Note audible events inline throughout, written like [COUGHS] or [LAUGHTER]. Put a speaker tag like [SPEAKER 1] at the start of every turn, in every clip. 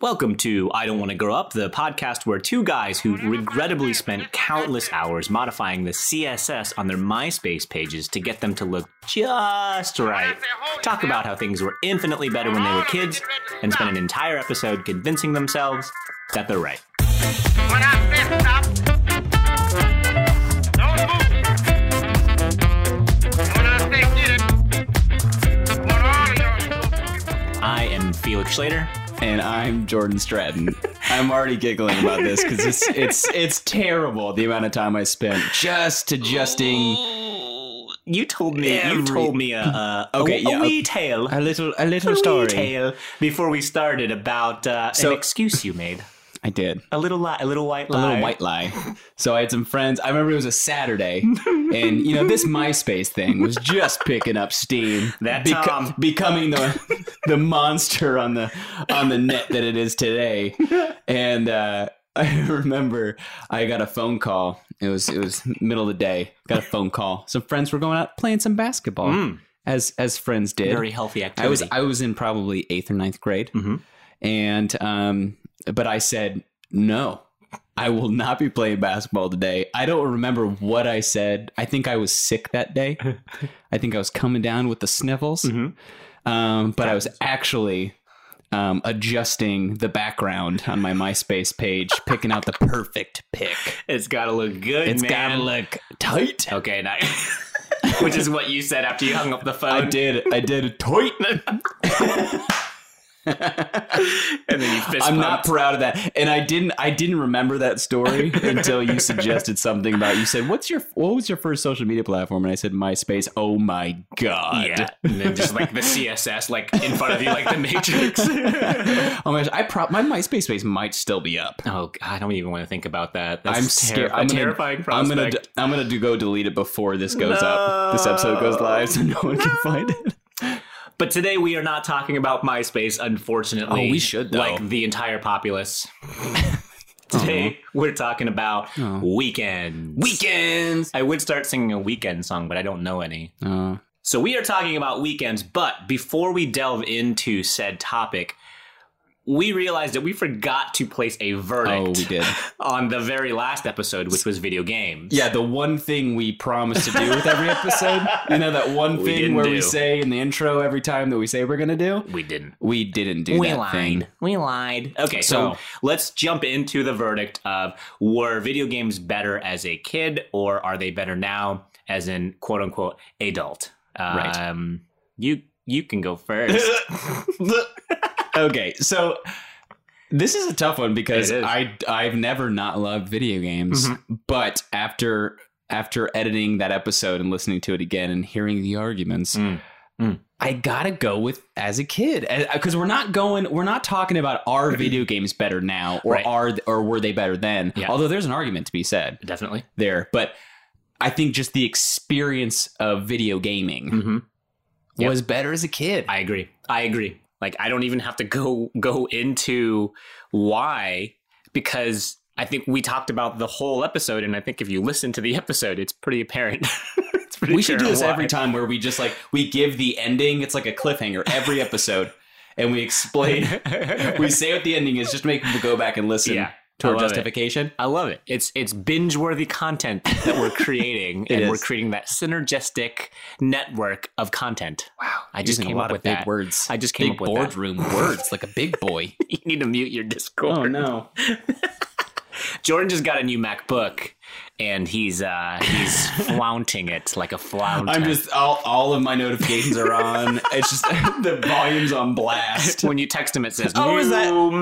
[SPEAKER 1] Welcome to I Don't Want to Grow Up, the podcast where two guys who regrettably spent countless hours modifying the CSS on their MySpace pages to get them to look just right talk about how things were infinitely better when they were kids and spend an entire episode convincing themselves that they're right.
[SPEAKER 2] When I say stop, don't move. When I say get it, want all of y'all to
[SPEAKER 1] I am Felix Schlater.
[SPEAKER 3] and I'm Jordan Stratton. I'm already giggling about this because it's it's it's terrible the amount of time I spent just adjusting
[SPEAKER 1] You told me you
[SPEAKER 3] Every-
[SPEAKER 1] told me a, a, a-
[SPEAKER 3] [LAUGHS] Okay,
[SPEAKER 1] a,
[SPEAKER 3] yeah,
[SPEAKER 1] wee tale.
[SPEAKER 3] a little a little
[SPEAKER 1] a wee
[SPEAKER 3] story.
[SPEAKER 1] tale before we started about uh,
[SPEAKER 3] So-
[SPEAKER 1] an excuse you made.
[SPEAKER 3] I did.
[SPEAKER 1] A little lie, a little white lie.
[SPEAKER 3] A little white lie. So I had some friends. I remember it was a Saturday, and you know this MySpace thing was just picking up steam.
[SPEAKER 1] That
[SPEAKER 3] beco-
[SPEAKER 1] Tom.
[SPEAKER 3] becoming the the monster on the on the net that it is today. And uh, [LAUGHS] I remember I got a phone call. It was it was middle of the day. Got a phone call. Some friends were going out playing some basketball,
[SPEAKER 1] Mm.
[SPEAKER 3] as as friends did.
[SPEAKER 1] Very healthy activity.
[SPEAKER 3] I was I was in probably eighth or ninth grade,
[SPEAKER 1] Mhm.
[SPEAKER 3] and um, but I said no. I will not be playing basketball today. I don't remember what I said. I think I was sick that
[SPEAKER 1] [LAUGHS]
[SPEAKER 3] day. I think I was coming down with the sniffles.
[SPEAKER 1] Mhm.
[SPEAKER 3] Um, but I was actually um, adjusting the background on my MySpace page, picking out the perfect pick.
[SPEAKER 1] It's gotta look good.
[SPEAKER 3] It's
[SPEAKER 1] man.
[SPEAKER 3] gotta look tight.
[SPEAKER 1] okay. Nice. Which is what you said after you hung up the
[SPEAKER 3] I
[SPEAKER 1] phone.
[SPEAKER 3] did. I did tight.
[SPEAKER 1] [LAUGHS] and then you fist
[SPEAKER 3] I'm not
[SPEAKER 1] pumped.
[SPEAKER 3] proud of that. And I didn't I didn't remember
[SPEAKER 1] [LAUGHS]
[SPEAKER 3] that story until you suggested something about you said, What's your what was your first social media platform? And I said MySpace. Oh my god.
[SPEAKER 1] Yeah, and then just like the CSS, like in front of you, like the
[SPEAKER 3] [LAUGHS]
[SPEAKER 1] Matrix.
[SPEAKER 3] [LAUGHS] oh my gosh, I pro- my MySpace page might still be up.
[SPEAKER 1] oh, God, I don't even want to think about that. That's
[SPEAKER 3] I'm scared.
[SPEAKER 1] terri-
[SPEAKER 3] I'm
[SPEAKER 1] a
[SPEAKER 3] gonna-
[SPEAKER 1] terrifying
[SPEAKER 3] I'm
[SPEAKER 1] prospect.
[SPEAKER 3] gonna d- I'm gonna do, go delete it before this goes up. This episode goes live, so no one can find it.
[SPEAKER 1] But today we are not talking about MySpace, unfortunately.
[SPEAKER 3] Oh, we should, though.
[SPEAKER 1] Like the entire
[SPEAKER 3] [LAUGHS]
[SPEAKER 1] populace. today we're talking about
[SPEAKER 3] Aw.
[SPEAKER 1] weekends.
[SPEAKER 3] [LAUGHS] Weekends.
[SPEAKER 1] I would start singing a weekend song, but I don't know any.
[SPEAKER 3] Uh,
[SPEAKER 1] So we are talking about weekends, but before we delve into said topic, we realized that we forgot to place a
[SPEAKER 3] oh, we
[SPEAKER 1] verdict
[SPEAKER 3] did.
[SPEAKER 1] [LAUGHS] on the very last episode, which was video games.
[SPEAKER 3] Yeah, the one thing we promise to do with every episode. You know that one
[SPEAKER 1] We
[SPEAKER 3] thing
[SPEAKER 1] didn't
[SPEAKER 3] where
[SPEAKER 1] do.
[SPEAKER 3] we say in the intro every time that we say we're gonna do.
[SPEAKER 1] we didn't.
[SPEAKER 3] We didn't do that thing.
[SPEAKER 1] We lied. Okay, so,
[SPEAKER 3] So-
[SPEAKER 1] let's jump into the verdict of were video games better as a kid or are they better now as an quote unquote adult?
[SPEAKER 3] Right.
[SPEAKER 1] Um, you you can go
[SPEAKER 3] [LAUGHS]
[SPEAKER 1] first.
[SPEAKER 3] okay, so this is a tough one because
[SPEAKER 1] It is. Mm-hmm.
[SPEAKER 3] I I've never not loved video games, but after after editing that episode and listening to it again and hearing the arguments.
[SPEAKER 1] Mm. Mm.
[SPEAKER 3] I gotta go with as a kid because we're not going. We're not talking about
[SPEAKER 1] [CLEARS THROAT]
[SPEAKER 3] are video games better now or
[SPEAKER 1] Right.
[SPEAKER 3] are or were they better then?
[SPEAKER 1] Yeah.
[SPEAKER 3] Although there's an argument to be said
[SPEAKER 1] Definitely.
[SPEAKER 3] there, but I think just the experience of video gaming
[SPEAKER 1] Mm-hmm. Yep.
[SPEAKER 3] was better as a kid.
[SPEAKER 1] I agree. I agree. Like I don't even have to go [LAUGHS] go into why because I think we talked about the whole episode, and I think if you listen to the episode, it's pretty apparent. [LAUGHS] it's pretty
[SPEAKER 3] we should do
[SPEAKER 1] apparent
[SPEAKER 3] this
[SPEAKER 1] why.
[SPEAKER 3] every time where we just like we give the ending it's like a cliffhanger every episode and
[SPEAKER 1] [LAUGHS]
[SPEAKER 3] we explain we say what the ending is just to make people go back and listen
[SPEAKER 1] Yeah,
[SPEAKER 3] to
[SPEAKER 1] I
[SPEAKER 3] our
[SPEAKER 1] love it.
[SPEAKER 3] justification
[SPEAKER 1] I love it. It's it's binge worthy content that we're creating,
[SPEAKER 3] [LAUGHS] It
[SPEAKER 1] and we're
[SPEAKER 3] is.
[SPEAKER 1] creating that synergistic network of content.
[SPEAKER 3] wow
[SPEAKER 1] I just came up with
[SPEAKER 3] big
[SPEAKER 1] that.
[SPEAKER 3] words
[SPEAKER 1] I just came
[SPEAKER 3] big
[SPEAKER 1] up with that.
[SPEAKER 3] boardroom words like a big boy
[SPEAKER 1] [LAUGHS] You need to mute your Discord.
[SPEAKER 3] oh no
[SPEAKER 1] [LAUGHS] Jordan just got a new MacBook, and he's uh he's
[SPEAKER 3] [LAUGHS]
[SPEAKER 1] flaunting it like a flounder.
[SPEAKER 3] i'm just all, all of my notifications are on it's just [LAUGHS] the volume's on blast
[SPEAKER 1] when you text him, it says,
[SPEAKER 3] Oh, is that-
[SPEAKER 1] "New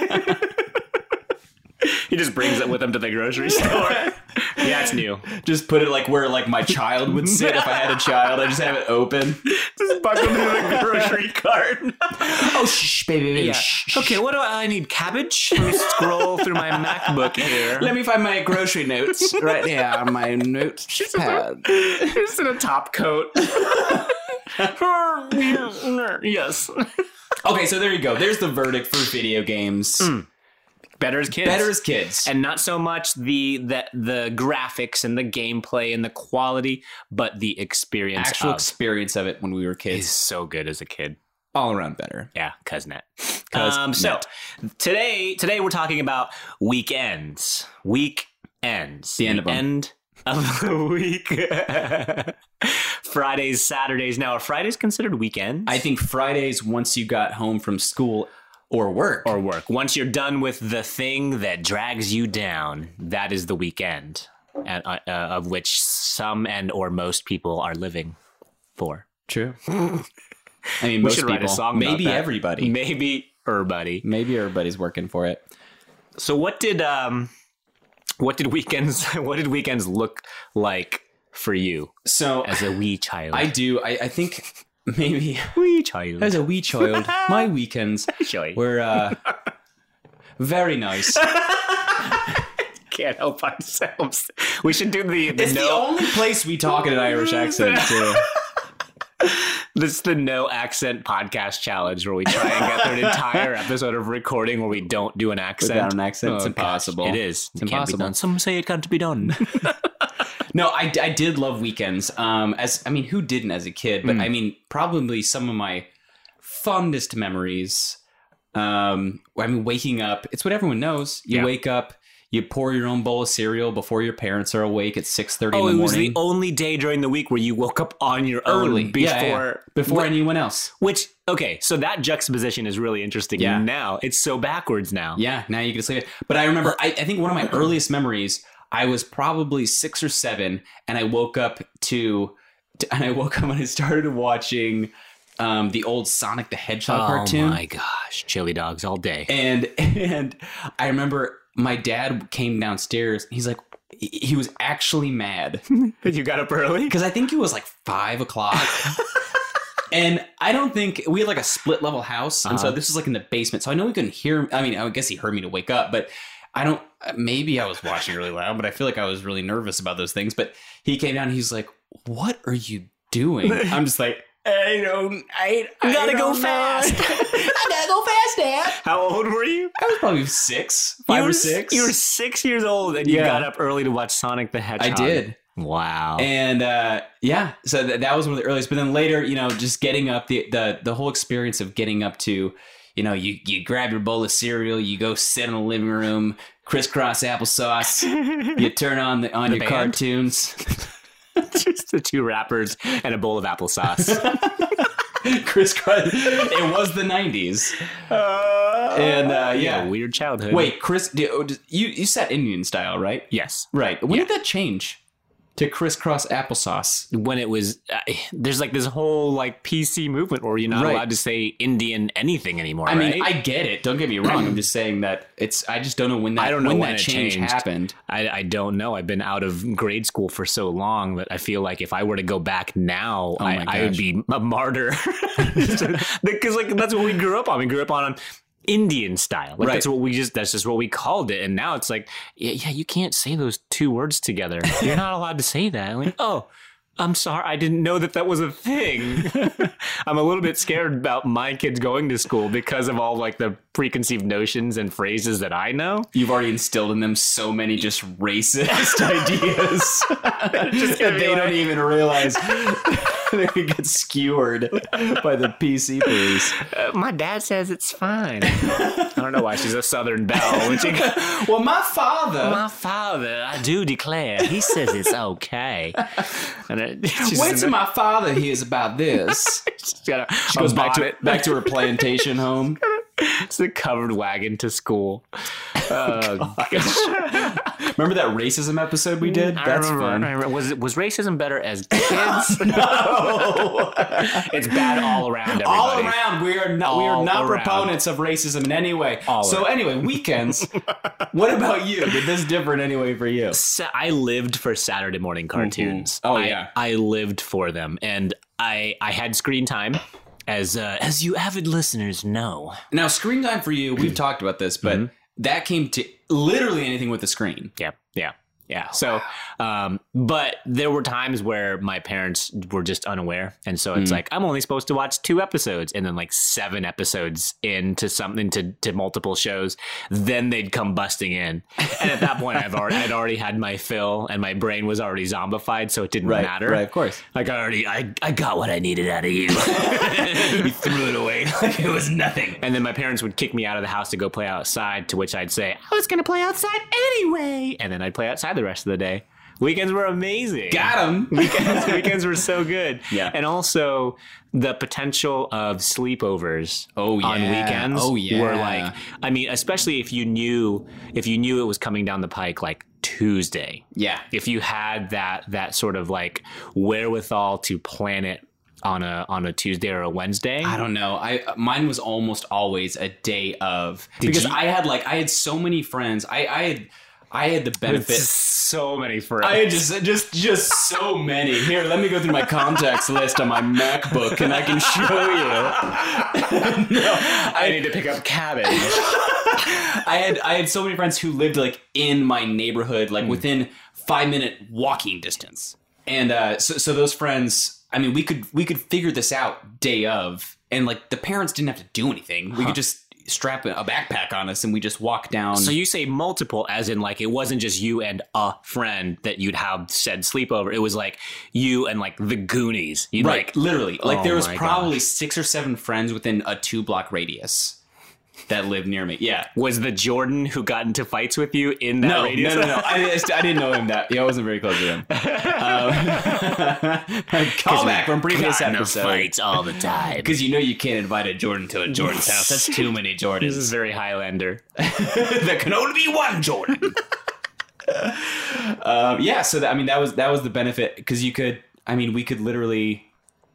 [SPEAKER 1] MacBook." [LAUGHS] he just brings it with him to the [LAUGHS] grocery store. yeah, it's new.
[SPEAKER 3] just put it like where like my child would sit if i had a child i just have it open
[SPEAKER 1] Just buckle to the [LAUGHS] grocery cart.
[SPEAKER 3] oh shh baby baby
[SPEAKER 1] Yeah. Okay, what do I, I need? Cabbage? Let me scroll through my MacBook here.
[SPEAKER 3] Let me find my grocery notes right here on my notes pad.
[SPEAKER 1] Just in a top coat. [LAUGHS] yes.
[SPEAKER 3] Okay, so there you go. There's the verdict for video games.
[SPEAKER 1] Better as kids.
[SPEAKER 3] Better as kids.
[SPEAKER 1] Hmm. and not so much the, the the graphics and the gameplay and the quality, but the experience
[SPEAKER 3] actual
[SPEAKER 1] of
[SPEAKER 3] experience of it when we were
[SPEAKER 1] is
[SPEAKER 3] kids.
[SPEAKER 1] so good as a kid.
[SPEAKER 3] all around better.
[SPEAKER 1] Yeah, Cuznet.
[SPEAKER 3] Cuz
[SPEAKER 1] um, so today, today we're talking about weekends. Weekends.
[SPEAKER 3] The end of 'em.
[SPEAKER 1] end of [LAUGHS] the week. [LAUGHS] Fridays, Saturdays. Now, are Fridays considered weekends?
[SPEAKER 3] I think Fridays once you got home from school or work
[SPEAKER 1] or work. Once you're done with the thing that drags you down, that is the weekend, and, uh, uh, of which some and or most people are living for.
[SPEAKER 3] true. I mean,
[SPEAKER 1] [LAUGHS] We
[SPEAKER 3] most
[SPEAKER 1] should
[SPEAKER 3] people,
[SPEAKER 1] write a song. about
[SPEAKER 3] maybe
[SPEAKER 1] that.
[SPEAKER 3] everybody,
[SPEAKER 1] Maybe everybody.
[SPEAKER 3] maybe everybody's working for it.
[SPEAKER 1] So what did um, what did weekends? [LAUGHS] What did weekends look like for you
[SPEAKER 3] So
[SPEAKER 1] as a wee child?
[SPEAKER 3] I do. I, I think maybe [LAUGHS]
[SPEAKER 1] wee child.
[SPEAKER 3] as a wee child,
[SPEAKER 1] [LAUGHS]
[SPEAKER 3] my weekends
[SPEAKER 1] Joey. [LAUGHS]
[SPEAKER 3] were uh, very nice.
[SPEAKER 1] can't help ourselves. We should do the, the
[SPEAKER 3] It's the
[SPEAKER 1] no.
[SPEAKER 3] only place we talk in an Irish accent too.
[SPEAKER 1] this is the no accent podcast challenge where we try and get through an
[SPEAKER 3] [LAUGHS]
[SPEAKER 1] entire episode of recording where we don't do an accent.
[SPEAKER 3] Without an accent, it's
[SPEAKER 1] Oh,
[SPEAKER 3] impossible.
[SPEAKER 1] gosh, It is. It can't be
[SPEAKER 3] impossible.
[SPEAKER 1] done. Some say it can't be
[SPEAKER 3] [LAUGHS]
[SPEAKER 1] done.
[SPEAKER 3] No, I, I did love weekends. Um, as I mean, who didn't as a kid?
[SPEAKER 1] Hmm.
[SPEAKER 3] But I mean, probably some of my fondest memories. Um, I mean, waking up. It's what everyone knows. You
[SPEAKER 1] Yeah.
[SPEAKER 3] wake up. You pour your own bowl of cereal before your parents are awake at six thirty
[SPEAKER 1] oh,
[SPEAKER 3] in
[SPEAKER 1] it
[SPEAKER 3] the
[SPEAKER 1] was
[SPEAKER 3] morning.
[SPEAKER 1] the only day during the week where you woke up on your
[SPEAKER 3] early
[SPEAKER 1] own before
[SPEAKER 3] Yeah, yeah, yeah. before anyone else.
[SPEAKER 1] Which okay, so that juxtaposition is really interesting.
[SPEAKER 3] Yeah.
[SPEAKER 1] Now it's so backwards now.
[SPEAKER 3] Yeah, now you can sleep. But I remember, I, I think one of my earliest memories, I was probably six or seven, and I woke up to, to [LAUGHS] and I woke up and I started watching um, the old Sonic the Hedgehog
[SPEAKER 1] Oh
[SPEAKER 3] cartoon.
[SPEAKER 1] my gosh, chili dogs all day.
[SPEAKER 3] [LAUGHS] And and I remember my dad came downstairs. He's like, he he was actually mad
[SPEAKER 1] you got up [LAUGHS] early?
[SPEAKER 3] because I think it was like
[SPEAKER 1] [LAUGHS]
[SPEAKER 3] five o'clock. And I don't think we had like a split level house, and so
[SPEAKER 1] Uh-huh.
[SPEAKER 3] this was like in the basement. So I know he couldn't hear. I mean, I guess he heard me to wake up, but I don't. Maybe I was watching really loud, but I feel like I was really nervous about those things. But he came down. and He's like, "What are you
[SPEAKER 1] [LAUGHS]
[SPEAKER 3] doing?" I'm just like, "I don't. I, I
[SPEAKER 1] gotta go
[SPEAKER 3] don't
[SPEAKER 1] [LAUGHS]
[SPEAKER 3] know."
[SPEAKER 1] fast.
[SPEAKER 3] [LAUGHS] I gotta go fast, Dad."
[SPEAKER 1] How old were you?
[SPEAKER 3] I was probably six, five
[SPEAKER 1] you were,
[SPEAKER 3] or
[SPEAKER 1] s-
[SPEAKER 3] six.
[SPEAKER 1] You were six years old and you
[SPEAKER 3] Yeah.
[SPEAKER 1] got up early to watch Sonic the
[SPEAKER 3] I
[SPEAKER 1] Hedgehog.
[SPEAKER 3] did.
[SPEAKER 1] Wow.
[SPEAKER 3] and uh, yeah, so th- that was one of the earliest. But then later, you know, just getting up the the the whole experience of getting up to, you know, you you grab your bowl of cereal, you go sit in the living room,
[SPEAKER 1] [LAUGHS]
[SPEAKER 3] crisscross applesauce, you turn on the on
[SPEAKER 1] The
[SPEAKER 3] your
[SPEAKER 1] band?
[SPEAKER 3] cartoons,
[SPEAKER 1] [LAUGHS]
[SPEAKER 3] [LAUGHS]
[SPEAKER 1] just the two wrappers and a bowl of [LAUGHS] applesauce.
[SPEAKER 3] crisscross. it was the nineties,
[SPEAKER 1] Oh,
[SPEAKER 3] and uh,
[SPEAKER 1] a
[SPEAKER 3] yeah.
[SPEAKER 1] weird childhood.
[SPEAKER 3] Wait, Chris, do- oh, d- you you said Indian style, right?
[SPEAKER 1] yes.
[SPEAKER 3] Right. When did that change to crisscross applesauce?
[SPEAKER 1] When it was, uh, there's like this whole like PC movement where you're not
[SPEAKER 3] Right.
[SPEAKER 1] allowed to say Indian anything anymore.
[SPEAKER 3] I mean,
[SPEAKER 1] right?
[SPEAKER 3] I get it. Don't get me wrong. I'm just saying that it's. I just don't know when that.
[SPEAKER 1] I don't know
[SPEAKER 3] when,
[SPEAKER 1] when
[SPEAKER 3] that
[SPEAKER 1] it
[SPEAKER 3] change
[SPEAKER 1] changed.
[SPEAKER 3] happened.
[SPEAKER 1] I, I don't know. I've been out of grade school for so long that I feel like if I were to go back now,
[SPEAKER 3] Oh
[SPEAKER 1] I,
[SPEAKER 3] my
[SPEAKER 1] I would
[SPEAKER 3] gosh.
[SPEAKER 1] be a martyr. [LAUGHS]
[SPEAKER 3] [LAUGHS]
[SPEAKER 1] Because like that's what we grew up on. We grew up on Indian style. Like
[SPEAKER 3] Right.
[SPEAKER 1] that's what we just that's just what we called it. And now it's like, yeah, yeah you can't say those two words together. You're not allowed to say that. Like, oh. I'm sorry, I didn't know that that was a thing. [LAUGHS] I'm a little bit scared about my kids going to school because of all like the preconceived notions and phrases that I know.
[SPEAKER 3] You've already instilled in them so many just racist [LAUGHS] ideas
[SPEAKER 1] Just gonna
[SPEAKER 3] that
[SPEAKER 1] be
[SPEAKER 3] they
[SPEAKER 1] like-
[SPEAKER 3] don't even realize [LAUGHS] they could get skewered by the PC police.
[SPEAKER 1] My dad says it's fine. [LAUGHS] I don't know why she's a Southern belle. When she-
[SPEAKER 3] Well, my father.
[SPEAKER 1] my father, I do declare, he says it's okay. And it, [LAUGHS] she's
[SPEAKER 3] Wait till my father hears about this.
[SPEAKER 1] she's got a,
[SPEAKER 3] [LAUGHS] She goes back to
[SPEAKER 1] bonnet
[SPEAKER 3] back to her plantation home.
[SPEAKER 1] It's a covered wagon to school. Oh,
[SPEAKER 3] Remember that racism episode we did?
[SPEAKER 1] I
[SPEAKER 3] That's
[SPEAKER 1] remember- I [LAUGHS]
[SPEAKER 3] fun. [LAUGHS]
[SPEAKER 1] remember. Was was racism better as kids? [LAUGHS]
[SPEAKER 3] Oh.
[SPEAKER 1] it's bad all around. Everybody.
[SPEAKER 3] all around we are not we
[SPEAKER 1] All
[SPEAKER 3] are not
[SPEAKER 1] around.
[SPEAKER 3] proponents of racism in any way
[SPEAKER 1] All
[SPEAKER 3] so
[SPEAKER 1] [LAUGHS]
[SPEAKER 3] anyway weekends what about you did this differ in any way for you
[SPEAKER 1] Sa- I lived for Saturday morning cartoons.
[SPEAKER 3] Oh,
[SPEAKER 1] I-
[SPEAKER 3] yeah.
[SPEAKER 1] I lived for them, and I I had screen time, as uh, as you avid listeners know.
[SPEAKER 3] now screen
[SPEAKER 1] Mm-hmm.
[SPEAKER 3] time for you we've talked about this but that came to literally anything with a screen
[SPEAKER 1] Yeah, yeah. Yeah.
[SPEAKER 3] Oh,
[SPEAKER 1] So, um, but there were times where my parents were just unaware, and so it's
[SPEAKER 3] Mm.
[SPEAKER 1] like I'm only supposed to watch two episodes, and then like seven episodes into something to to multiple shows, then they'd come busting in, and at that point I've already I'd already had my fill, and my brain was already zombified, so it didn't
[SPEAKER 3] Right.
[SPEAKER 1] matter.
[SPEAKER 3] Right. Of [LAUGHS] course.
[SPEAKER 1] Like I already I I got what I needed out of you. [LAUGHS]
[SPEAKER 4] you threw it away like it was nothing.
[SPEAKER 1] And then my parents would kick me out of the house to go play outside, to which I'd say, I was going to play outside anyway. And then I'd play outside the rest of the day. Weekends were amazing.
[SPEAKER 3] Got him.
[SPEAKER 1] [LAUGHS] weekends, weekends were so good.
[SPEAKER 3] Yeah.
[SPEAKER 1] And also the potential of sleepovers
[SPEAKER 3] [LAUGHS] Oh,
[SPEAKER 1] on
[SPEAKER 3] yeah.
[SPEAKER 1] weekends
[SPEAKER 3] Oh,
[SPEAKER 1] were
[SPEAKER 3] yeah.
[SPEAKER 1] like I mean, especially if you knew if you knew it was coming down the pike like Tuesday.
[SPEAKER 3] Yeah.
[SPEAKER 1] If you had that that sort of like wherewithal to plan it on a on a Tuesday or a Wednesday.
[SPEAKER 3] I don't know. I mine was almost always a day of
[SPEAKER 1] Did
[SPEAKER 3] because
[SPEAKER 1] you-
[SPEAKER 3] I had like I had so many friends. I I had I had the
[SPEAKER 1] It's
[SPEAKER 3] benefit.
[SPEAKER 1] so many friends.
[SPEAKER 3] I had just just just so many. Here, let me go through my contacts list on my MacBook, and I can show you. [LAUGHS] no,
[SPEAKER 1] I need to pick up cabbage.
[SPEAKER 3] I had I had so many friends who lived like in my neighborhood, like within five minute walking distance, and uh, so so those friends. I mean, we could we could figure this out day of, and like the parents didn't have to do anything. We could just strap a a backpack on us, and we just walk down.
[SPEAKER 1] so you say multiple, as in like it wasn't just you and a friend that you'd have said sleepover. It was like you and like the Goonies. You'd
[SPEAKER 3] right,
[SPEAKER 1] like
[SPEAKER 3] literally, like
[SPEAKER 1] Oh
[SPEAKER 3] there was
[SPEAKER 1] my
[SPEAKER 3] probably six or seven friends within a two block radius that lived near me. Yeah.
[SPEAKER 1] was the Jordan who got into fights with you in that
[SPEAKER 3] No,
[SPEAKER 1] radius? [LAUGHS]
[SPEAKER 3] no, no, no. I, I st- I didn't know him that. Yeah, I wasn't very close to him. Um, [LAUGHS] callback from previous
[SPEAKER 1] Got into
[SPEAKER 3] episode.
[SPEAKER 1] fights all the time.
[SPEAKER 3] Because you know you can't invite a Jordan to
[SPEAKER 1] [LAUGHS]
[SPEAKER 3] a Jordan's house. That's too many
[SPEAKER 1] This
[SPEAKER 3] Jordans.
[SPEAKER 1] is very Highlander.
[SPEAKER 3] [LAUGHS] there can only be one Jordan. [LAUGHS] um, yeah, so that, I mean that was that was the benefit because you could. I mean, we could literally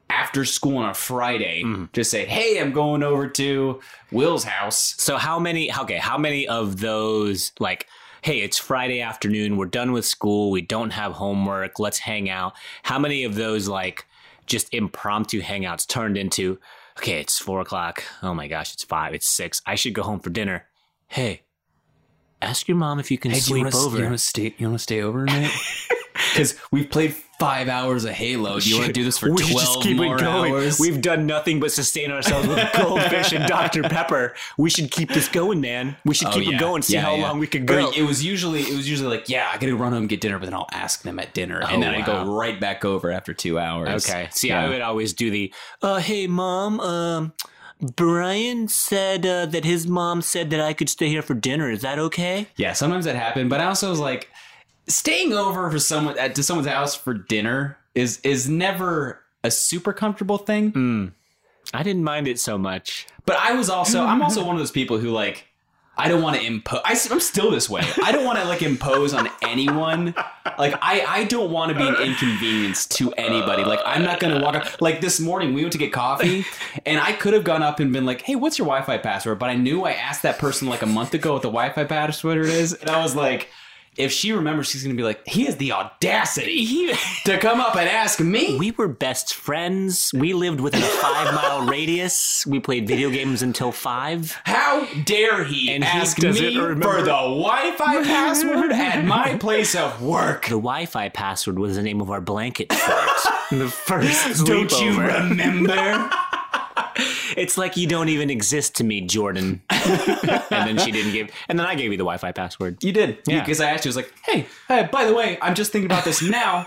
[SPEAKER 3] after school on a Friday
[SPEAKER 1] Hmm.
[SPEAKER 3] just say, "Hey, I'm going over to Will's house."
[SPEAKER 1] So how many? Okay, how many of those like? Hey, it's Friday afternoon. We're done with school. We don't have homework. Let's hang out. How many of those like just impromptu hangouts turned into? Okay, it's four o'clock. Oh my gosh, it's five. It's six. I should go home for dinner. Hey, ask your mom if you can sleep over.
[SPEAKER 3] stay? You want to stay
[SPEAKER 1] [LAUGHS]
[SPEAKER 3] over [LAUGHS] tonight? Because we've played five hours of
[SPEAKER 1] Oh,
[SPEAKER 3] Halo. Do you want to do this
[SPEAKER 1] [LAUGHS]
[SPEAKER 3] for
[SPEAKER 1] we should
[SPEAKER 3] twelve
[SPEAKER 1] just keep
[SPEAKER 3] more
[SPEAKER 1] it going.
[SPEAKER 3] hours?
[SPEAKER 1] We've done nothing but sustain ourselves with goldfish and Dr. Pepper. We should keep this going, man. We should
[SPEAKER 3] Oh,
[SPEAKER 1] keep
[SPEAKER 3] yeah.
[SPEAKER 1] it going. See
[SPEAKER 3] Yeah,
[SPEAKER 1] how
[SPEAKER 3] yeah.
[SPEAKER 1] long we can
[SPEAKER 3] Or
[SPEAKER 1] go.
[SPEAKER 3] It was usually it was usually like, yeah, I gotta run home and get dinner, but then I'll ask them at dinner, and then I
[SPEAKER 1] Oh, wow.
[SPEAKER 3] go right back over after two hours.
[SPEAKER 1] Okay. See, I
[SPEAKER 3] Yeah.
[SPEAKER 1] would always do the, uh, hey, mom, um, Brian said uh, that his mom said that I could stay here for dinner. Is that okay?
[SPEAKER 3] Yeah, sometimes that happened, but I also was like, staying over for someone at to someone's house for dinner is is never a super comfortable thing.
[SPEAKER 1] I didn't mind it so much.
[SPEAKER 3] But I was also I'm also one of those people who like I don't want to impose. I'm still this way. I don't want to like impose on anyone. Like I, I don't want to be an inconvenience to anybody. Like I'm not gonna walk up. Like this morning we went to get coffee, and I could have gone up and been like, "Hey, what's your Wi-Fi password?" But I knew I asked that person like a month ago what the Wi-Fi password is, and I was like, if she remembers, she's gonna be like, "He has the audacity to come up and ask me."
[SPEAKER 1] We were best friends. We lived within a five mile [LAUGHS] radius. We played video games until five.
[SPEAKER 3] How dare he
[SPEAKER 1] And he
[SPEAKER 3] ask
[SPEAKER 1] doesn't
[SPEAKER 3] me for the
[SPEAKER 1] remember- [LAUGHS]
[SPEAKER 3] Wi-Fi password at my place of work?
[SPEAKER 1] The Wi Fi password was the name of our blanket fort. [LAUGHS] the first
[SPEAKER 3] Don't you
[SPEAKER 1] sleepover.
[SPEAKER 3] remember?
[SPEAKER 1] It's like you don't even exist to me, [LAUGHS] Jordan. and then she didn't give. And then I gave [LAUGHS] you the Wi Fi password.
[SPEAKER 3] you did,
[SPEAKER 1] Yeah.
[SPEAKER 3] Because I asked you, I was like, "Hey, hey, by the way, I'm just thinking about
[SPEAKER 1] [LAUGHS]
[SPEAKER 3] this now.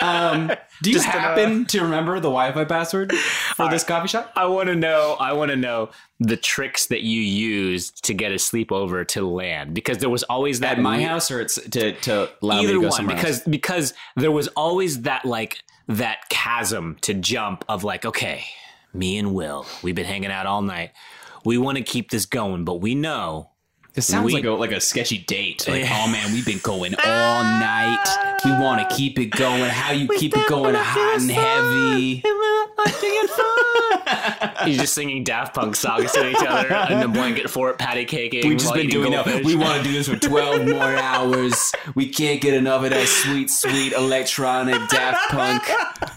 [SPEAKER 3] Um, do you
[SPEAKER 1] Just, uh,
[SPEAKER 3] happen to remember the Wi-Fi password for this coffee shop?"
[SPEAKER 1] I want to know. I want to know the tricks that you used to get a sleepover to land because there was always that
[SPEAKER 3] At my
[SPEAKER 1] weird-
[SPEAKER 3] house, or it's to to allow me
[SPEAKER 1] Either
[SPEAKER 3] to go
[SPEAKER 1] one,
[SPEAKER 3] somewhere else?
[SPEAKER 1] because because there was always that like that chasm to jump of like, okay, me and Will, we've been hanging out all night. We want to keep this going, but we
[SPEAKER 3] [LAUGHS]
[SPEAKER 1] know
[SPEAKER 3] This sounds
[SPEAKER 1] We-
[SPEAKER 3] like a like a sketchy date. Like,
[SPEAKER 1] Yeah.
[SPEAKER 3] oh man, we've been going all night. We want to keep it going. How you keep it going hot and heavy?
[SPEAKER 1] You're just singing Daft Punk songs to each other in the blanket fort, patty caking.
[SPEAKER 3] We've just
[SPEAKER 1] while
[SPEAKER 3] been
[SPEAKER 1] eating
[SPEAKER 3] doing that.
[SPEAKER 1] goldfish. [LAUGHS]
[SPEAKER 3] We want to do this for 12 more hours. We can't get enough of that sweet, sweet electronic Daft [LAUGHS]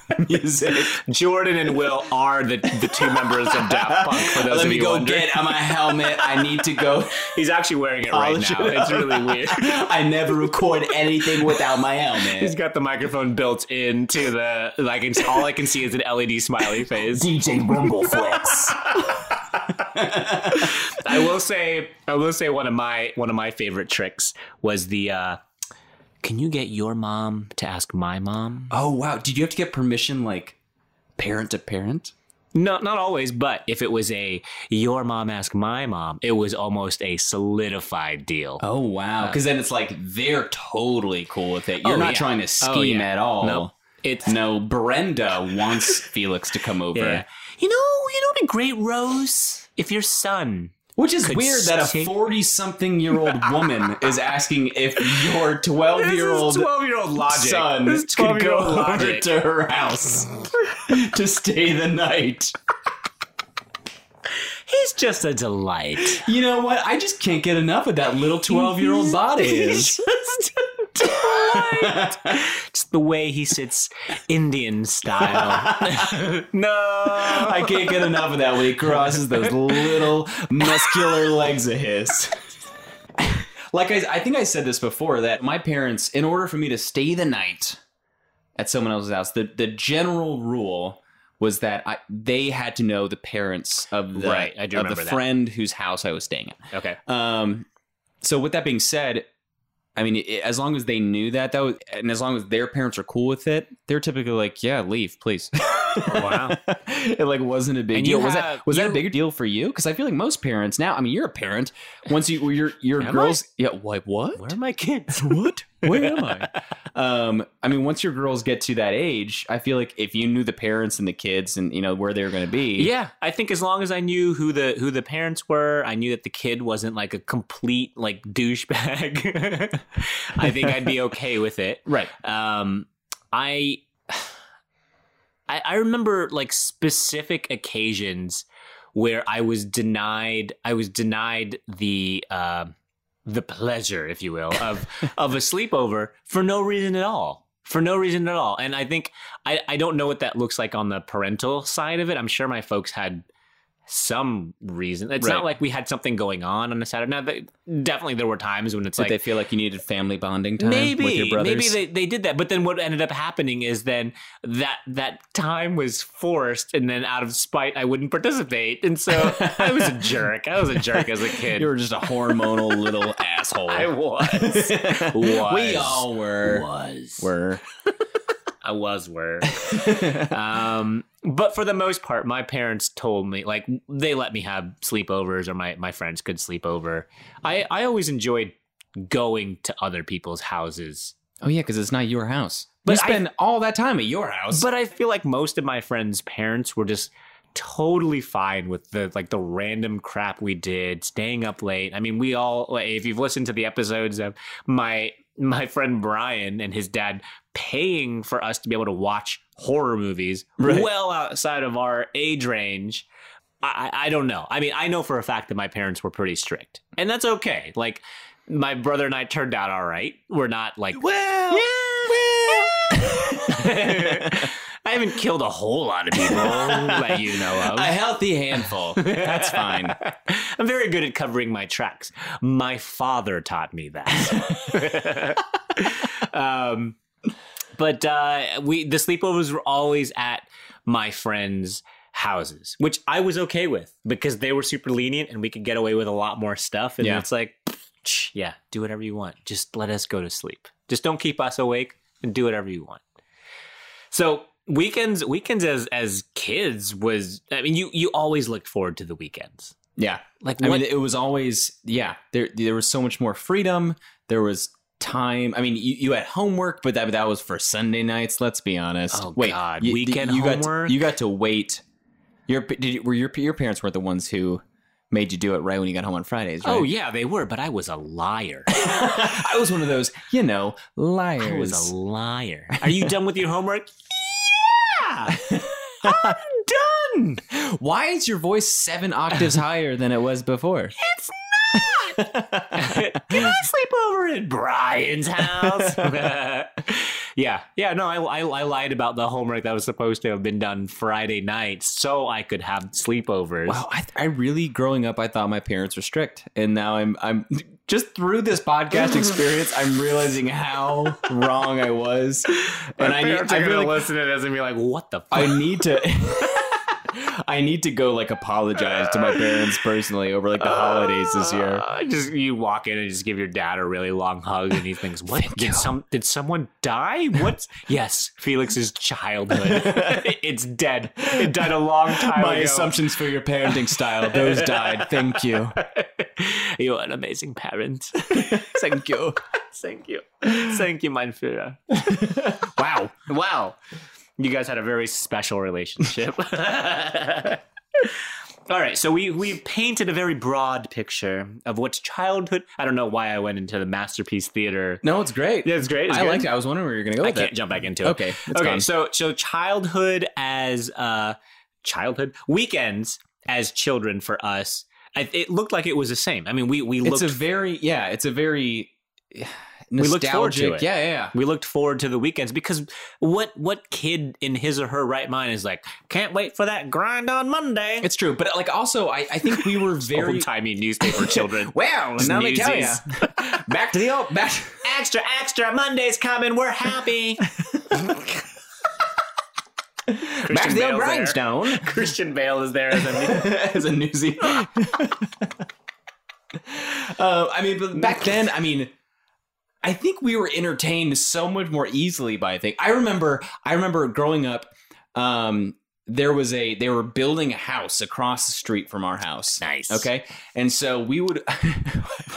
[SPEAKER 3] Punk music.
[SPEAKER 1] Jordan and Will are the, the two members of Daft Punk. For those
[SPEAKER 3] Let
[SPEAKER 1] of
[SPEAKER 3] me
[SPEAKER 1] you
[SPEAKER 3] go
[SPEAKER 1] wondering.
[SPEAKER 3] get my helmet. I need to go. [LAUGHS]
[SPEAKER 1] He's actually wearing it right
[SPEAKER 3] Polish
[SPEAKER 1] now.
[SPEAKER 3] it
[SPEAKER 1] It's really
[SPEAKER 3] [LAUGHS]
[SPEAKER 1] weird.
[SPEAKER 3] I never record anything without my
[SPEAKER 1] He's
[SPEAKER 3] helmet.
[SPEAKER 1] got the microphone built into the like. It's, all I can see is an LED smiley face.
[SPEAKER 3] DJ Rumbleflex.
[SPEAKER 1] I will say, I will say one of my one of my favorite tricks was the. uh Can you get your mom to ask my mom?
[SPEAKER 3] [LAUGHS] oh, wow. Did you have to get permission, like, parent to parent?
[SPEAKER 1] No, not always, but if it was a your mom ask my mom, it was almost a solidified deal.
[SPEAKER 3] Oh, wow. Because then it's like they're totally cool with it. You're
[SPEAKER 1] Oh,
[SPEAKER 3] not
[SPEAKER 1] yeah.
[SPEAKER 3] trying to
[SPEAKER 1] Oh,
[SPEAKER 3] scheme
[SPEAKER 1] yeah.
[SPEAKER 3] at all.
[SPEAKER 1] No, it's
[SPEAKER 3] No, Brenda wants Felix to come over.
[SPEAKER 1] Yeah. You know, you know what a great rose? If your son.
[SPEAKER 3] Which is
[SPEAKER 1] Could
[SPEAKER 3] weird that a
[SPEAKER 1] stick-
[SPEAKER 3] 40 something year old
[SPEAKER 1] [LAUGHS]
[SPEAKER 3] woman is asking if your 12 year old
[SPEAKER 1] year old
[SPEAKER 3] son could go over to her house to stay the night.
[SPEAKER 1] He's just a
[SPEAKER 3] [LAUGHS]
[SPEAKER 1] delight.
[SPEAKER 3] You know what? I just can't get enough of that little 12 year old body.
[SPEAKER 1] He's just a
[SPEAKER 3] [LAUGHS]
[SPEAKER 1] delight. just the way he sits Indian
[SPEAKER 3] [LAUGHS]
[SPEAKER 1] style. no.
[SPEAKER 3] I can't get enough of that when he crosses those little muscular legs of his. Like I, I think I said this before that my parents, in order for me to stay the night at someone else's house, the, the general rule was that I, they had to know the parents of the
[SPEAKER 1] Right, I do
[SPEAKER 3] of the
[SPEAKER 1] remember that.
[SPEAKER 3] friend whose house I was staying at.
[SPEAKER 1] Okay.
[SPEAKER 3] Um, so with that being said, I mean, i as long as they knew that, that was, and as long as their parents are cool with it, they're typically like, "Yeah, leave, please."
[SPEAKER 1] Oh, Wow.
[SPEAKER 3] [LAUGHS] it like wasn't a big
[SPEAKER 1] And
[SPEAKER 3] deal.
[SPEAKER 1] you
[SPEAKER 3] was
[SPEAKER 1] have-
[SPEAKER 3] that was that
[SPEAKER 1] you-
[SPEAKER 3] a bigger deal for you? Because I feel like most parents now. I mean, you're a parent. Once you your your
[SPEAKER 1] Am I?
[SPEAKER 3] girls, yeah, like what?
[SPEAKER 1] Where are my kids?
[SPEAKER 3] what? [LAUGHS] Where
[SPEAKER 1] [LAUGHS]
[SPEAKER 3] am I? Um, I mean, once your girls get to that age, I feel like if you knew the parents and the kids and you know where they were going to be,
[SPEAKER 1] Yeah, I think as long as I knew who the who the parents were, I knew that the kid wasn't like a complete like douchebag. [LAUGHS] I think I'd be okay with it.
[SPEAKER 3] right.
[SPEAKER 1] Um, I, I I remember like specific occasions where I was denied I was denied the uh, the pleasure, if you will, of
[SPEAKER 3] [LAUGHS]
[SPEAKER 1] of a sleepover for no reason at all. For no reason at all. And I think I, I don't know what that looks like on the parental side of it. I'm sure my folks had some reason. It's
[SPEAKER 3] Right.
[SPEAKER 1] not like we had something going on on a Saturday. Now, they, definitely there were times when it's
[SPEAKER 3] Did
[SPEAKER 1] like
[SPEAKER 3] they feel like you needed family bonding time
[SPEAKER 1] maybe
[SPEAKER 3] with your brothers?
[SPEAKER 1] maybe they, they did that but then what ended up happening is then that that time was forced and then out of spite i wouldn't participate and
[SPEAKER 3] [LAUGHS]
[SPEAKER 1] so i was a jerk i was a jerk as a kid
[SPEAKER 3] You were just a hormonal [LAUGHS] little asshole.
[SPEAKER 1] i
[SPEAKER 3] [LAUGHS]
[SPEAKER 1] was
[SPEAKER 3] We all were.
[SPEAKER 1] was
[SPEAKER 3] Were.
[SPEAKER 1] i was were
[SPEAKER 3] [LAUGHS]
[SPEAKER 1] um but for the most part my parents told me like they let me have sleepovers or my my friends could sleep over i i always enjoyed going to other people's houses
[SPEAKER 3] Oh yeah, because it's not your house.
[SPEAKER 1] But
[SPEAKER 3] you
[SPEAKER 1] I-
[SPEAKER 3] spend all that time at your house.
[SPEAKER 1] But I feel like most of my friends' parents were just totally fine with the like the random crap we did, staying up late. I mean, we all like, if you've listened to the episodes of my my friend Brian and his dad paying for us to be able to watch horror movies
[SPEAKER 3] Right.
[SPEAKER 1] well outside of our age range. I, I I don't know. I mean, I know for a fact that my parents were pretty strict, and that's okay. Like, my brother and I turned out all right. We're not like
[SPEAKER 3] well,
[SPEAKER 1] [LAUGHS] I haven't killed a whole lot of people that you know of.
[SPEAKER 3] a healthy handful. [LAUGHS] That's fine.
[SPEAKER 1] [LAUGHS] I'm very good at covering my tracks. My father taught me [LAUGHS] that. um, but uh, we the sleepovers were always at my friends' houses, which I was okay with because they were super lenient and we could get away with a lot more stuff. And
[SPEAKER 3] Yeah.
[SPEAKER 1] it's like, psh, yeah, do whatever you want. Just let us go to sleep. Just don't keep us awake and do whatever you want. So weekends weekends as as kids was I mean you you always looked forward to the weekends.
[SPEAKER 3] Yeah.
[SPEAKER 1] Like
[SPEAKER 3] I
[SPEAKER 1] what-
[SPEAKER 3] mean, it was always yeah. There there was so much more freedom. There was time. I mean, you, you had homework, but that that was for Sunday nights. Let's be honest.
[SPEAKER 1] Oh, God.
[SPEAKER 3] you-
[SPEAKER 1] Weekend
[SPEAKER 3] you Got
[SPEAKER 1] homework?
[SPEAKER 3] to, you got to wait. Your did you, were your your parents weren't the ones who made you do it right when you got home on Fridays. Right?
[SPEAKER 1] Oh yeah, they were, but I was a liar.
[SPEAKER 3] [LAUGHS] I was one of those you know liars.
[SPEAKER 1] I was a liar. Are you done with your homework? Yeah, I'm fun.
[SPEAKER 3] Why is your voice seven
[SPEAKER 1] [LAUGHS]
[SPEAKER 3] octaves higher than it was before?
[SPEAKER 1] Can I sleep over at Brian's house? [LAUGHS] yeah, yeah. No, I, I, I lied about the homework that was supposed to have been done Friday night, so I could have sleepovers.
[SPEAKER 3] Wow, I, I really growing up, I thought my parents were strict, and now I'm I'm [LAUGHS] just through this
[SPEAKER 1] [LAUGHS]
[SPEAKER 3] podcast experience, I'm realizing how wrong
[SPEAKER 1] [LAUGHS]
[SPEAKER 3] I was, and I need I, feel like
[SPEAKER 1] listen to this and be like, "What the fuck?" [LAUGHS]
[SPEAKER 3] I need to. [LAUGHS] I need to go like apologize to my parents personally over like the holidays this year.
[SPEAKER 1] Uh, just you walk in and just give your dad a really long hug, and he thinks, [LAUGHS] "What did some did someone die? [LAUGHS] What? yes, Felix's [LAUGHS] childhood. it's dead. It died a long time
[SPEAKER 3] My
[SPEAKER 1] ago. [LAUGHS]
[SPEAKER 3] assumptions for your parenting style, those died. Thank you.
[SPEAKER 1] You're an amazing parent.
[SPEAKER 3] Thank you.
[SPEAKER 1] Thank you. Thank you, mein Führer.
[SPEAKER 3] Wow.
[SPEAKER 1] [LAUGHS] Wow. You guys had a very special relationship. [LAUGHS] All right, so we we painted a very broad picture of what's childhood. I don't know why I went into the masterpiece
[SPEAKER 3] [LAUGHS]
[SPEAKER 1] theater.
[SPEAKER 3] No, it's great.
[SPEAKER 1] Yeah, it's great. It's
[SPEAKER 3] I
[SPEAKER 1] good.
[SPEAKER 3] liked it. I was wondering where you're gonna go
[SPEAKER 1] I
[SPEAKER 3] with
[SPEAKER 1] can't
[SPEAKER 3] it.
[SPEAKER 1] jump back into it.
[SPEAKER 3] Okay. it's
[SPEAKER 1] okay.
[SPEAKER 3] gone.
[SPEAKER 1] So so childhood as uh childhood weekends as children for us. I, it looked like it was the same. I mean, we we
[SPEAKER 3] it's
[SPEAKER 1] looked
[SPEAKER 3] a very yeah. It's a very
[SPEAKER 1] We looked forward
[SPEAKER 3] nostalgic.
[SPEAKER 1] to it.
[SPEAKER 3] Yeah, yeah, yeah.
[SPEAKER 1] we looked forward to the weekends because what what kid in his or her right mind is like can't wait for that grind on Monday?
[SPEAKER 3] It's true, but like also, I, I think we
[SPEAKER 1] [LAUGHS]
[SPEAKER 3] were very
[SPEAKER 1] old timey newspaper [LAUGHS] children.
[SPEAKER 3] well. Now let me tell you, back to the old back. [LAUGHS]
[SPEAKER 1] extra, extra, Monday's coming. We're happy.
[SPEAKER 3] Back to the old
[SPEAKER 1] Bale's there.
[SPEAKER 3] grindstone.
[SPEAKER 1] [LAUGHS] Christian Bale is there as a
[SPEAKER 3] As a newsie. uh, I mean, but back then, I mean, I think we were entertained so much more easily by things. I remember, I remember growing up. Um, there was a they were building a house across the street from our house.
[SPEAKER 1] Nice.
[SPEAKER 3] Okay, and so we would. [LAUGHS]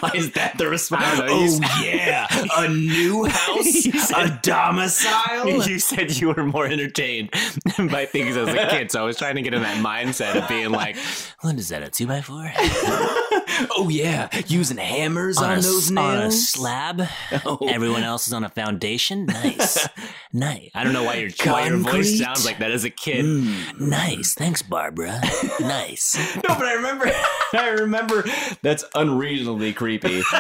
[SPEAKER 3] why [LAUGHS] is that the response? Oh,
[SPEAKER 1] I don't know, you s-
[SPEAKER 3] yeah,
[SPEAKER 1] [LAUGHS]
[SPEAKER 3] a new [LAUGHS] house, a domicile.
[SPEAKER 1] You said you were more entertained [LAUGHS] by things as a kid, so I was trying to get in that mindset of being like, "What is that? A two by four
[SPEAKER 3] oh yeah, using hammers on,
[SPEAKER 1] on, a,
[SPEAKER 3] those
[SPEAKER 1] s-
[SPEAKER 3] nails.
[SPEAKER 1] on a slab? Everyone else is on a foundation. Nice, nice. I don't know why your why your voice
[SPEAKER 3] Concrete?
[SPEAKER 1] sounds like that as a kid. Nice, thanks, Barbara. nice.
[SPEAKER 3] No, but I remember. [LAUGHS] I remember that's unreasonably creepy. Um, [LAUGHS]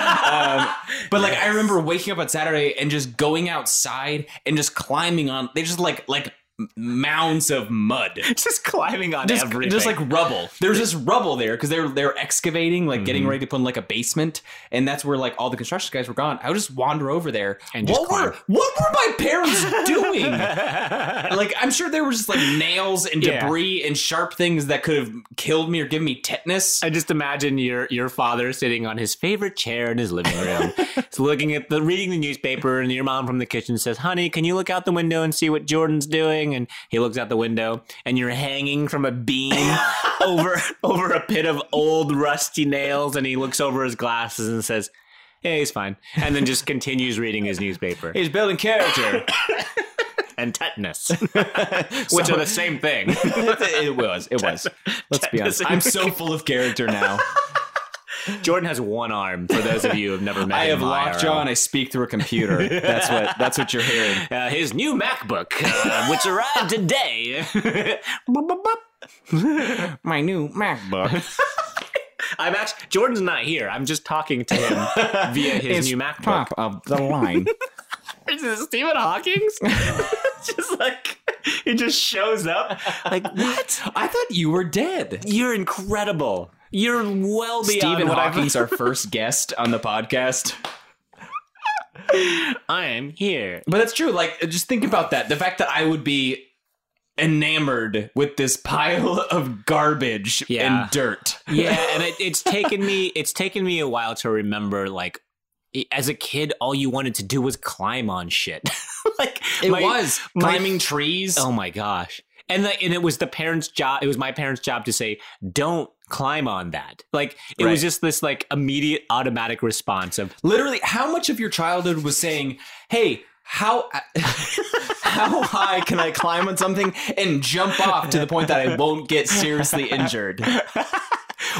[SPEAKER 3] but like, I remember waking up on Saturday and just going outside and just climbing on. They just like like mounds of mud.
[SPEAKER 1] Just climbing on
[SPEAKER 3] Just,
[SPEAKER 1] everything.
[SPEAKER 3] just like rubble. There's just rubble there because they're they're excavating, like getting ready to put in like a basement, and that's where like all the construction guys were gone. I would just wander over there.
[SPEAKER 1] And just
[SPEAKER 3] what were
[SPEAKER 1] climb.
[SPEAKER 3] what were my parents doing? [LAUGHS] like I'm sure there were just like nails and
[SPEAKER 1] Yeah.
[SPEAKER 3] debris and sharp things that could have killed me or given me tetanus.
[SPEAKER 1] I just imagine your your father sitting on his favorite chair in his living [LAUGHS] room, He's looking at the reading the newspaper, and your mom from the kitchen says, "Honey, can you look out the window and see what Jordan's doing?" And he looks out the window, and you're hanging from a [LAUGHS] beam over over a pit of old rusty nails, and he looks over his glasses and says. Yeah, he's fine. And then just continues reading his newspaper.
[SPEAKER 3] He's building [LAUGHS] character.
[SPEAKER 1] And [LAUGHS] tetanus, which are the same [LAUGHS] thing.
[SPEAKER 3] it was. It was. Let's be honest. I'm so full of character now. [LAUGHS]
[SPEAKER 1] Jordan has one arm, for those of you who have never met
[SPEAKER 3] I
[SPEAKER 1] him.
[SPEAKER 3] have lockjaw and I speak through a computer. [LAUGHS] That's what. That's what you're [LAUGHS] hearing.
[SPEAKER 1] uh, his new MacBook, uh, which arrived today. [LAUGHS] Boop, boop, boop.
[SPEAKER 3] My new MacBook.
[SPEAKER 1] I'm actually Jordan's not here. I'm just talking to
[SPEAKER 3] [LAUGHS]
[SPEAKER 1] him via his new MacBook.
[SPEAKER 3] of the [LAUGHS] line.
[SPEAKER 1] Is this Stephen Hawking's? [LAUGHS] just like he just shows up. Like what?
[SPEAKER 3] I thought you were dead.
[SPEAKER 1] You're incredible. You're well beyond
[SPEAKER 3] Stephen
[SPEAKER 1] what I've-
[SPEAKER 3] [LAUGHS] Hawking's our first guest on the podcast.
[SPEAKER 1] I am here.
[SPEAKER 3] But that's true. Like, just think about that. The fact that I would be enamored with this pile [LAUGHS] of garbage
[SPEAKER 1] Yeah.
[SPEAKER 3] and dirt.
[SPEAKER 1] yeah and it, it's taken me it's taken me a while to remember like i- as a kid all you wanted to do was climb on shit [LAUGHS] like
[SPEAKER 3] [LAUGHS] It
[SPEAKER 1] my-
[SPEAKER 3] was
[SPEAKER 1] my-
[SPEAKER 3] climbing trees.
[SPEAKER 1] oh my gosh and the, and it was the parents job it was my parents job to say don't climb on that like it
[SPEAKER 3] Right.
[SPEAKER 1] was just this like immediate automatic response of
[SPEAKER 3] literally how much of your childhood was saying hey how [LAUGHS] how high can i climb on something and jump off to the point that i won't get seriously injured
[SPEAKER 1] [LAUGHS]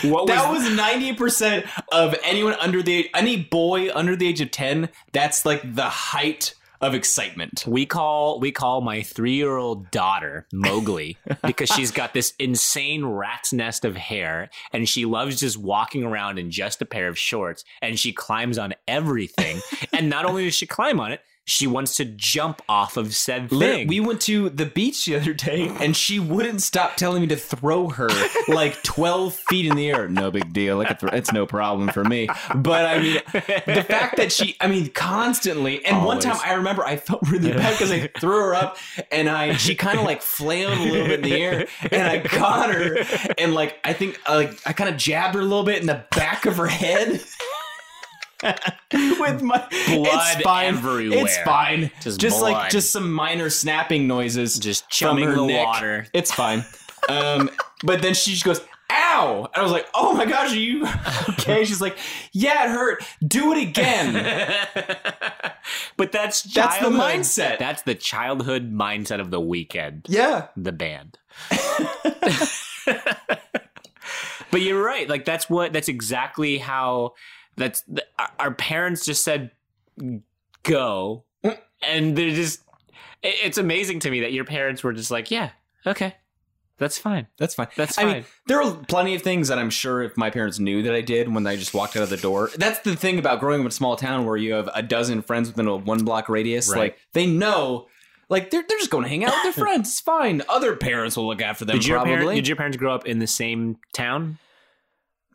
[SPEAKER 1] what
[SPEAKER 3] that
[SPEAKER 1] was
[SPEAKER 3] was 90% of anyone under the any boy under the age of 10 that's like the height of excitement.
[SPEAKER 1] We call we call my three year old daughter
[SPEAKER 3] [LAUGHS]
[SPEAKER 1] Mowgli because she's got this insane rat's nest of hair and she loves just walking around in just a pair of shorts and she climbs on
[SPEAKER 3] [LAUGHS]
[SPEAKER 1] everything. and not only does she climb on it, she wants to jump off of said
[SPEAKER 3] Lit-
[SPEAKER 1] thing.
[SPEAKER 3] We went to the beach the other day, and she wouldn't stop telling me to throw her
[SPEAKER 1] [LAUGHS]
[SPEAKER 3] like twelve feet in the air. No big deal. I could throw, it's no problem for me. But I mean, the fact that she, I mean, constantly. And
[SPEAKER 1] Always.
[SPEAKER 3] one time, I remember I felt really bad because I threw her up, and I she kind of like flailed a little bit in the air, and I caught her, and like I think uh, like I kind of jabbed her a little bit in the back of her head. [LAUGHS] With my
[SPEAKER 1] Blood
[SPEAKER 3] it's fine.
[SPEAKER 1] everywhere.
[SPEAKER 3] It's fine.
[SPEAKER 1] Just
[SPEAKER 3] Just,
[SPEAKER 1] blood.
[SPEAKER 3] like just some minor snapping noises.
[SPEAKER 1] just
[SPEAKER 3] from
[SPEAKER 1] chumming
[SPEAKER 3] her
[SPEAKER 1] the
[SPEAKER 3] neck.
[SPEAKER 1] water.
[SPEAKER 3] It's fine. Um, but then she just goes, "Ow!" And I was like, "Oh my gosh, are you [LAUGHS] okay?" She's like, "Yeah, it hurt. Do
[SPEAKER 1] [LAUGHS]
[SPEAKER 3] it again."
[SPEAKER 1] but that's
[SPEAKER 3] That's the
[SPEAKER 1] childhood-
[SPEAKER 3] mindset.
[SPEAKER 1] That's the childhood mindset of the weekend.
[SPEAKER 3] yeah.
[SPEAKER 1] the [LAUGHS] band. but you're right. Like that's what that's exactly how that's th- our- our parents just said go and they're just it- it's amazing to me that your parents were just like, yeah, okay. That's fine.
[SPEAKER 3] That's fine.
[SPEAKER 1] That's
[SPEAKER 3] I
[SPEAKER 1] fine.
[SPEAKER 3] mean, there are plenty of things that I'm sure if my parents knew that I did when I just walked out of the door. That's the thing about growing up in a small town where you have a dozen friends within a one block radius.
[SPEAKER 1] Right.
[SPEAKER 3] Like they know, like they're, they're just going to hang out
[SPEAKER 1] [LAUGHS]
[SPEAKER 3] with their friends. It's fine. Other parents will look after them.
[SPEAKER 1] Did your,
[SPEAKER 3] probably
[SPEAKER 1] parent, did your parents grow up in the same town?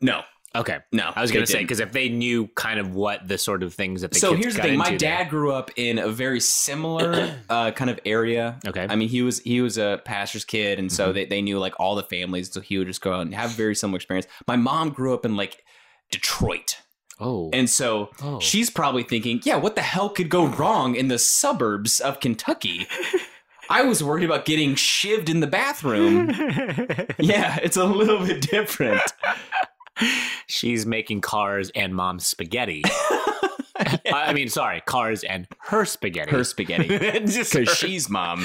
[SPEAKER 3] no,
[SPEAKER 1] Okay.
[SPEAKER 3] no.
[SPEAKER 1] I was going
[SPEAKER 3] they
[SPEAKER 1] to say
[SPEAKER 3] didn't.
[SPEAKER 1] because if they knew kind of what the sort of things that the
[SPEAKER 3] so
[SPEAKER 1] kids
[SPEAKER 3] here's the
[SPEAKER 1] got
[SPEAKER 3] thing. My
[SPEAKER 1] into
[SPEAKER 3] dad
[SPEAKER 1] there-
[SPEAKER 3] grew up in a
[SPEAKER 1] [CLEARS THROAT]
[SPEAKER 3] very similar uh, kind of area.
[SPEAKER 1] Okay. Mm-hmm.
[SPEAKER 3] I mean, he was he was a pastor's kid, and so they, they knew like all the families. So he would just go out and have very similar experience. My mom grew up in like Detroit,
[SPEAKER 1] Oh.
[SPEAKER 3] [LAUGHS] and so
[SPEAKER 1] Oh.
[SPEAKER 3] she's probably thinking, yeah, what the hell could go wrong in the suburbs of Kentucky? I was worried about getting shivved in the bathroom.
[SPEAKER 1] [LAUGHS]
[SPEAKER 3] yeah, it's a little bit different.
[SPEAKER 1] She's making cars and mom's
[SPEAKER 3] [LAUGHS]
[SPEAKER 1] spaghetti. I I mean, sorry, cars and her spaghetti. [LAUGHS]
[SPEAKER 3] Her spaghetti.
[SPEAKER 1] Just her.
[SPEAKER 3] Because she's [LAUGHS] mom.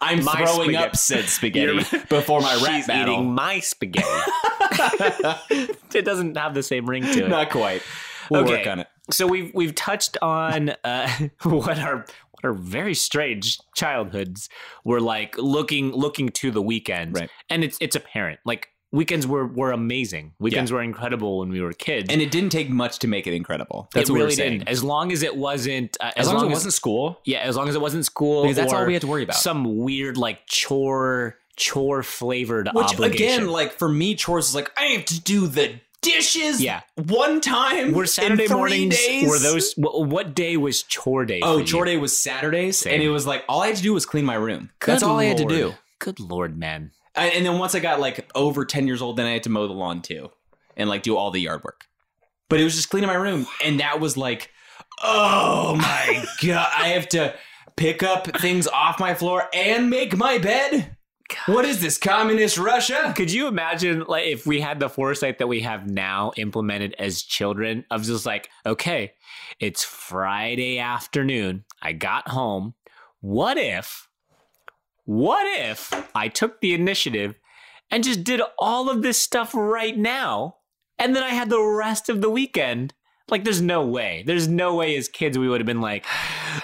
[SPEAKER 3] I'm
[SPEAKER 1] My
[SPEAKER 3] throwing
[SPEAKER 1] spaghetti.
[SPEAKER 3] up said spaghetti
[SPEAKER 1] You're-
[SPEAKER 3] before my rat
[SPEAKER 1] She's eating
[SPEAKER 3] battle.
[SPEAKER 1] my spaghetti.
[SPEAKER 3] [LAUGHS]
[SPEAKER 1] [LAUGHS] it doesn't have the same ring to it.
[SPEAKER 3] Not quite. We'll
[SPEAKER 1] Okay.
[SPEAKER 3] work on it.
[SPEAKER 1] So we've we've touched on uh, [LAUGHS] what are what are very strange childhoods were like looking looking to the weekends,
[SPEAKER 3] Right.
[SPEAKER 1] and it's it's apparent. Like weekends were were amazing. Weekends were incredible when we were kids.
[SPEAKER 3] And it didn't take much to make it incredible. That's
[SPEAKER 1] it
[SPEAKER 3] what
[SPEAKER 1] really
[SPEAKER 3] we're saying.
[SPEAKER 1] didn't. As long as it wasn't uh,
[SPEAKER 3] As, long, as it wasn't school,
[SPEAKER 1] Yeah, as long as it wasn't school.
[SPEAKER 3] because that's
[SPEAKER 1] or
[SPEAKER 3] all we had to worry about.
[SPEAKER 1] Some weird like chore chore flavored
[SPEAKER 3] Which
[SPEAKER 1] obligation.
[SPEAKER 3] again, like for me, chores is like I have to do the dishes.
[SPEAKER 1] Yeah.
[SPEAKER 3] one time.
[SPEAKER 1] were Saturday
[SPEAKER 3] in three
[SPEAKER 1] mornings
[SPEAKER 3] Days.
[SPEAKER 1] were those? What, what day was chore day?
[SPEAKER 3] Oh,
[SPEAKER 1] for
[SPEAKER 3] chore
[SPEAKER 1] you?
[SPEAKER 3] day was Saturdays,
[SPEAKER 1] Same.
[SPEAKER 3] and it was like all I had to do was clean my room.
[SPEAKER 1] Good
[SPEAKER 3] That's all I had to
[SPEAKER 1] lord.
[SPEAKER 3] do.
[SPEAKER 1] Good lord, man.
[SPEAKER 3] I- and then once I got like over ten years old, then I had to mow the lawn too, and like do all the yard work. But it was just cleaning my room, and that was like, oh [LAUGHS] my god, I have to pick up things off my floor and make my bed. What is this communist Russia?
[SPEAKER 1] Could you imagine like if we had the foresight that we have now implemented as children of just like, okay, it's Friday afternoon. I got home. What if what if I took the initiative and just did all of this stuff right now and then I had the rest of the weekend? Like there's no way. There's no way as kids we would have been like,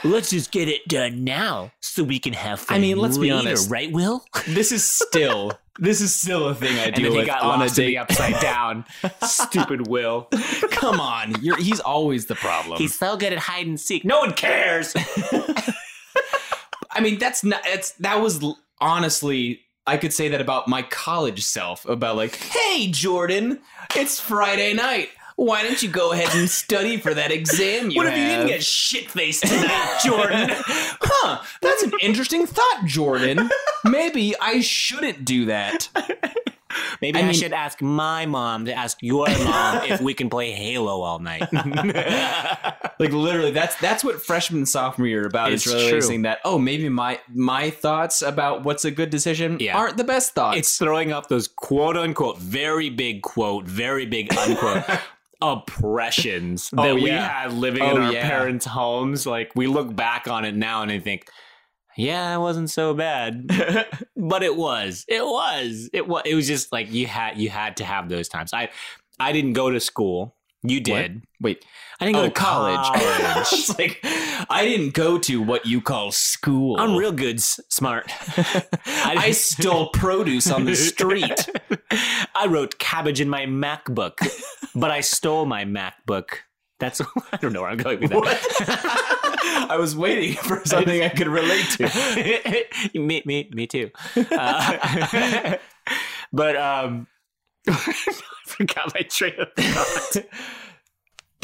[SPEAKER 1] let's just get it done now so we can have fun.
[SPEAKER 3] I mean, let's be
[SPEAKER 1] later,
[SPEAKER 3] honest.
[SPEAKER 1] right, Will?
[SPEAKER 3] This is still this is still a thing I
[SPEAKER 1] and
[SPEAKER 3] do
[SPEAKER 1] then he
[SPEAKER 3] with
[SPEAKER 1] got
[SPEAKER 3] on a
[SPEAKER 1] lost in the
[SPEAKER 3] date.
[SPEAKER 1] upside [LAUGHS] down. Stupid Will.
[SPEAKER 3] [LAUGHS] Come on, you're, he's always the problem.
[SPEAKER 1] He's so good at hide and seek. No one cares.
[SPEAKER 3] I mean, that's not. It's that was l- honestly. I could say that about my college self. About like, hey, Jordan, it's Friday night. Why don't you go ahead and study for that exam you
[SPEAKER 1] what if you didn't
[SPEAKER 3] have?"
[SPEAKER 1] get shit faced tonight, Jordan?
[SPEAKER 3] [LAUGHS] huh? That's an interesting thought, Jordan. Maybe I shouldn't do that.
[SPEAKER 1] [LAUGHS] Maybe I,
[SPEAKER 3] I mean-
[SPEAKER 1] should ask my mom to ask your mom [LAUGHS] if we can play Halo all night.
[SPEAKER 3] Like literally, that's that's what freshman and sophomore year are about.
[SPEAKER 1] It's
[SPEAKER 3] It's
[SPEAKER 1] true.
[SPEAKER 3] realizing that oh, maybe my my thoughts about what's a good decision
[SPEAKER 1] Yeah.
[SPEAKER 3] aren't the best
[SPEAKER 1] [LAUGHS]
[SPEAKER 3] thoughts.
[SPEAKER 1] it's throwing up those quote unquote very big quote, very big [LAUGHS] unquote. oppressions that
[SPEAKER 3] Oh,
[SPEAKER 1] we
[SPEAKER 3] yeah.
[SPEAKER 1] had living in
[SPEAKER 3] Oh,
[SPEAKER 1] our
[SPEAKER 3] yeah.
[SPEAKER 1] parents' homes like we look back on it now and I think yeah it wasn't so bad [LAUGHS] but it was it was it was it was just like you had you had to have those times i i didn't go to school You did.
[SPEAKER 3] Wait,
[SPEAKER 1] I didn't go
[SPEAKER 3] Oh,
[SPEAKER 1] to
[SPEAKER 3] [LAUGHS]
[SPEAKER 1] college.
[SPEAKER 3] it's like I didn't go to what you call school.
[SPEAKER 1] [LAUGHS] I'm real good, s- [LAUGHS] smart. [LAUGHS]
[SPEAKER 3] I, stole produce on the street.
[SPEAKER 1] I wrote cabbage in my MacBook, but I stole my MacBook. That's [LAUGHS] I don't know where I'm going with that. [LAUGHS]
[SPEAKER 3] I was waiting for something I could relate to. [LAUGHS]
[SPEAKER 1] me, me, me too. Uh, [LAUGHS] but um, [LAUGHS] I forgot my train of thought.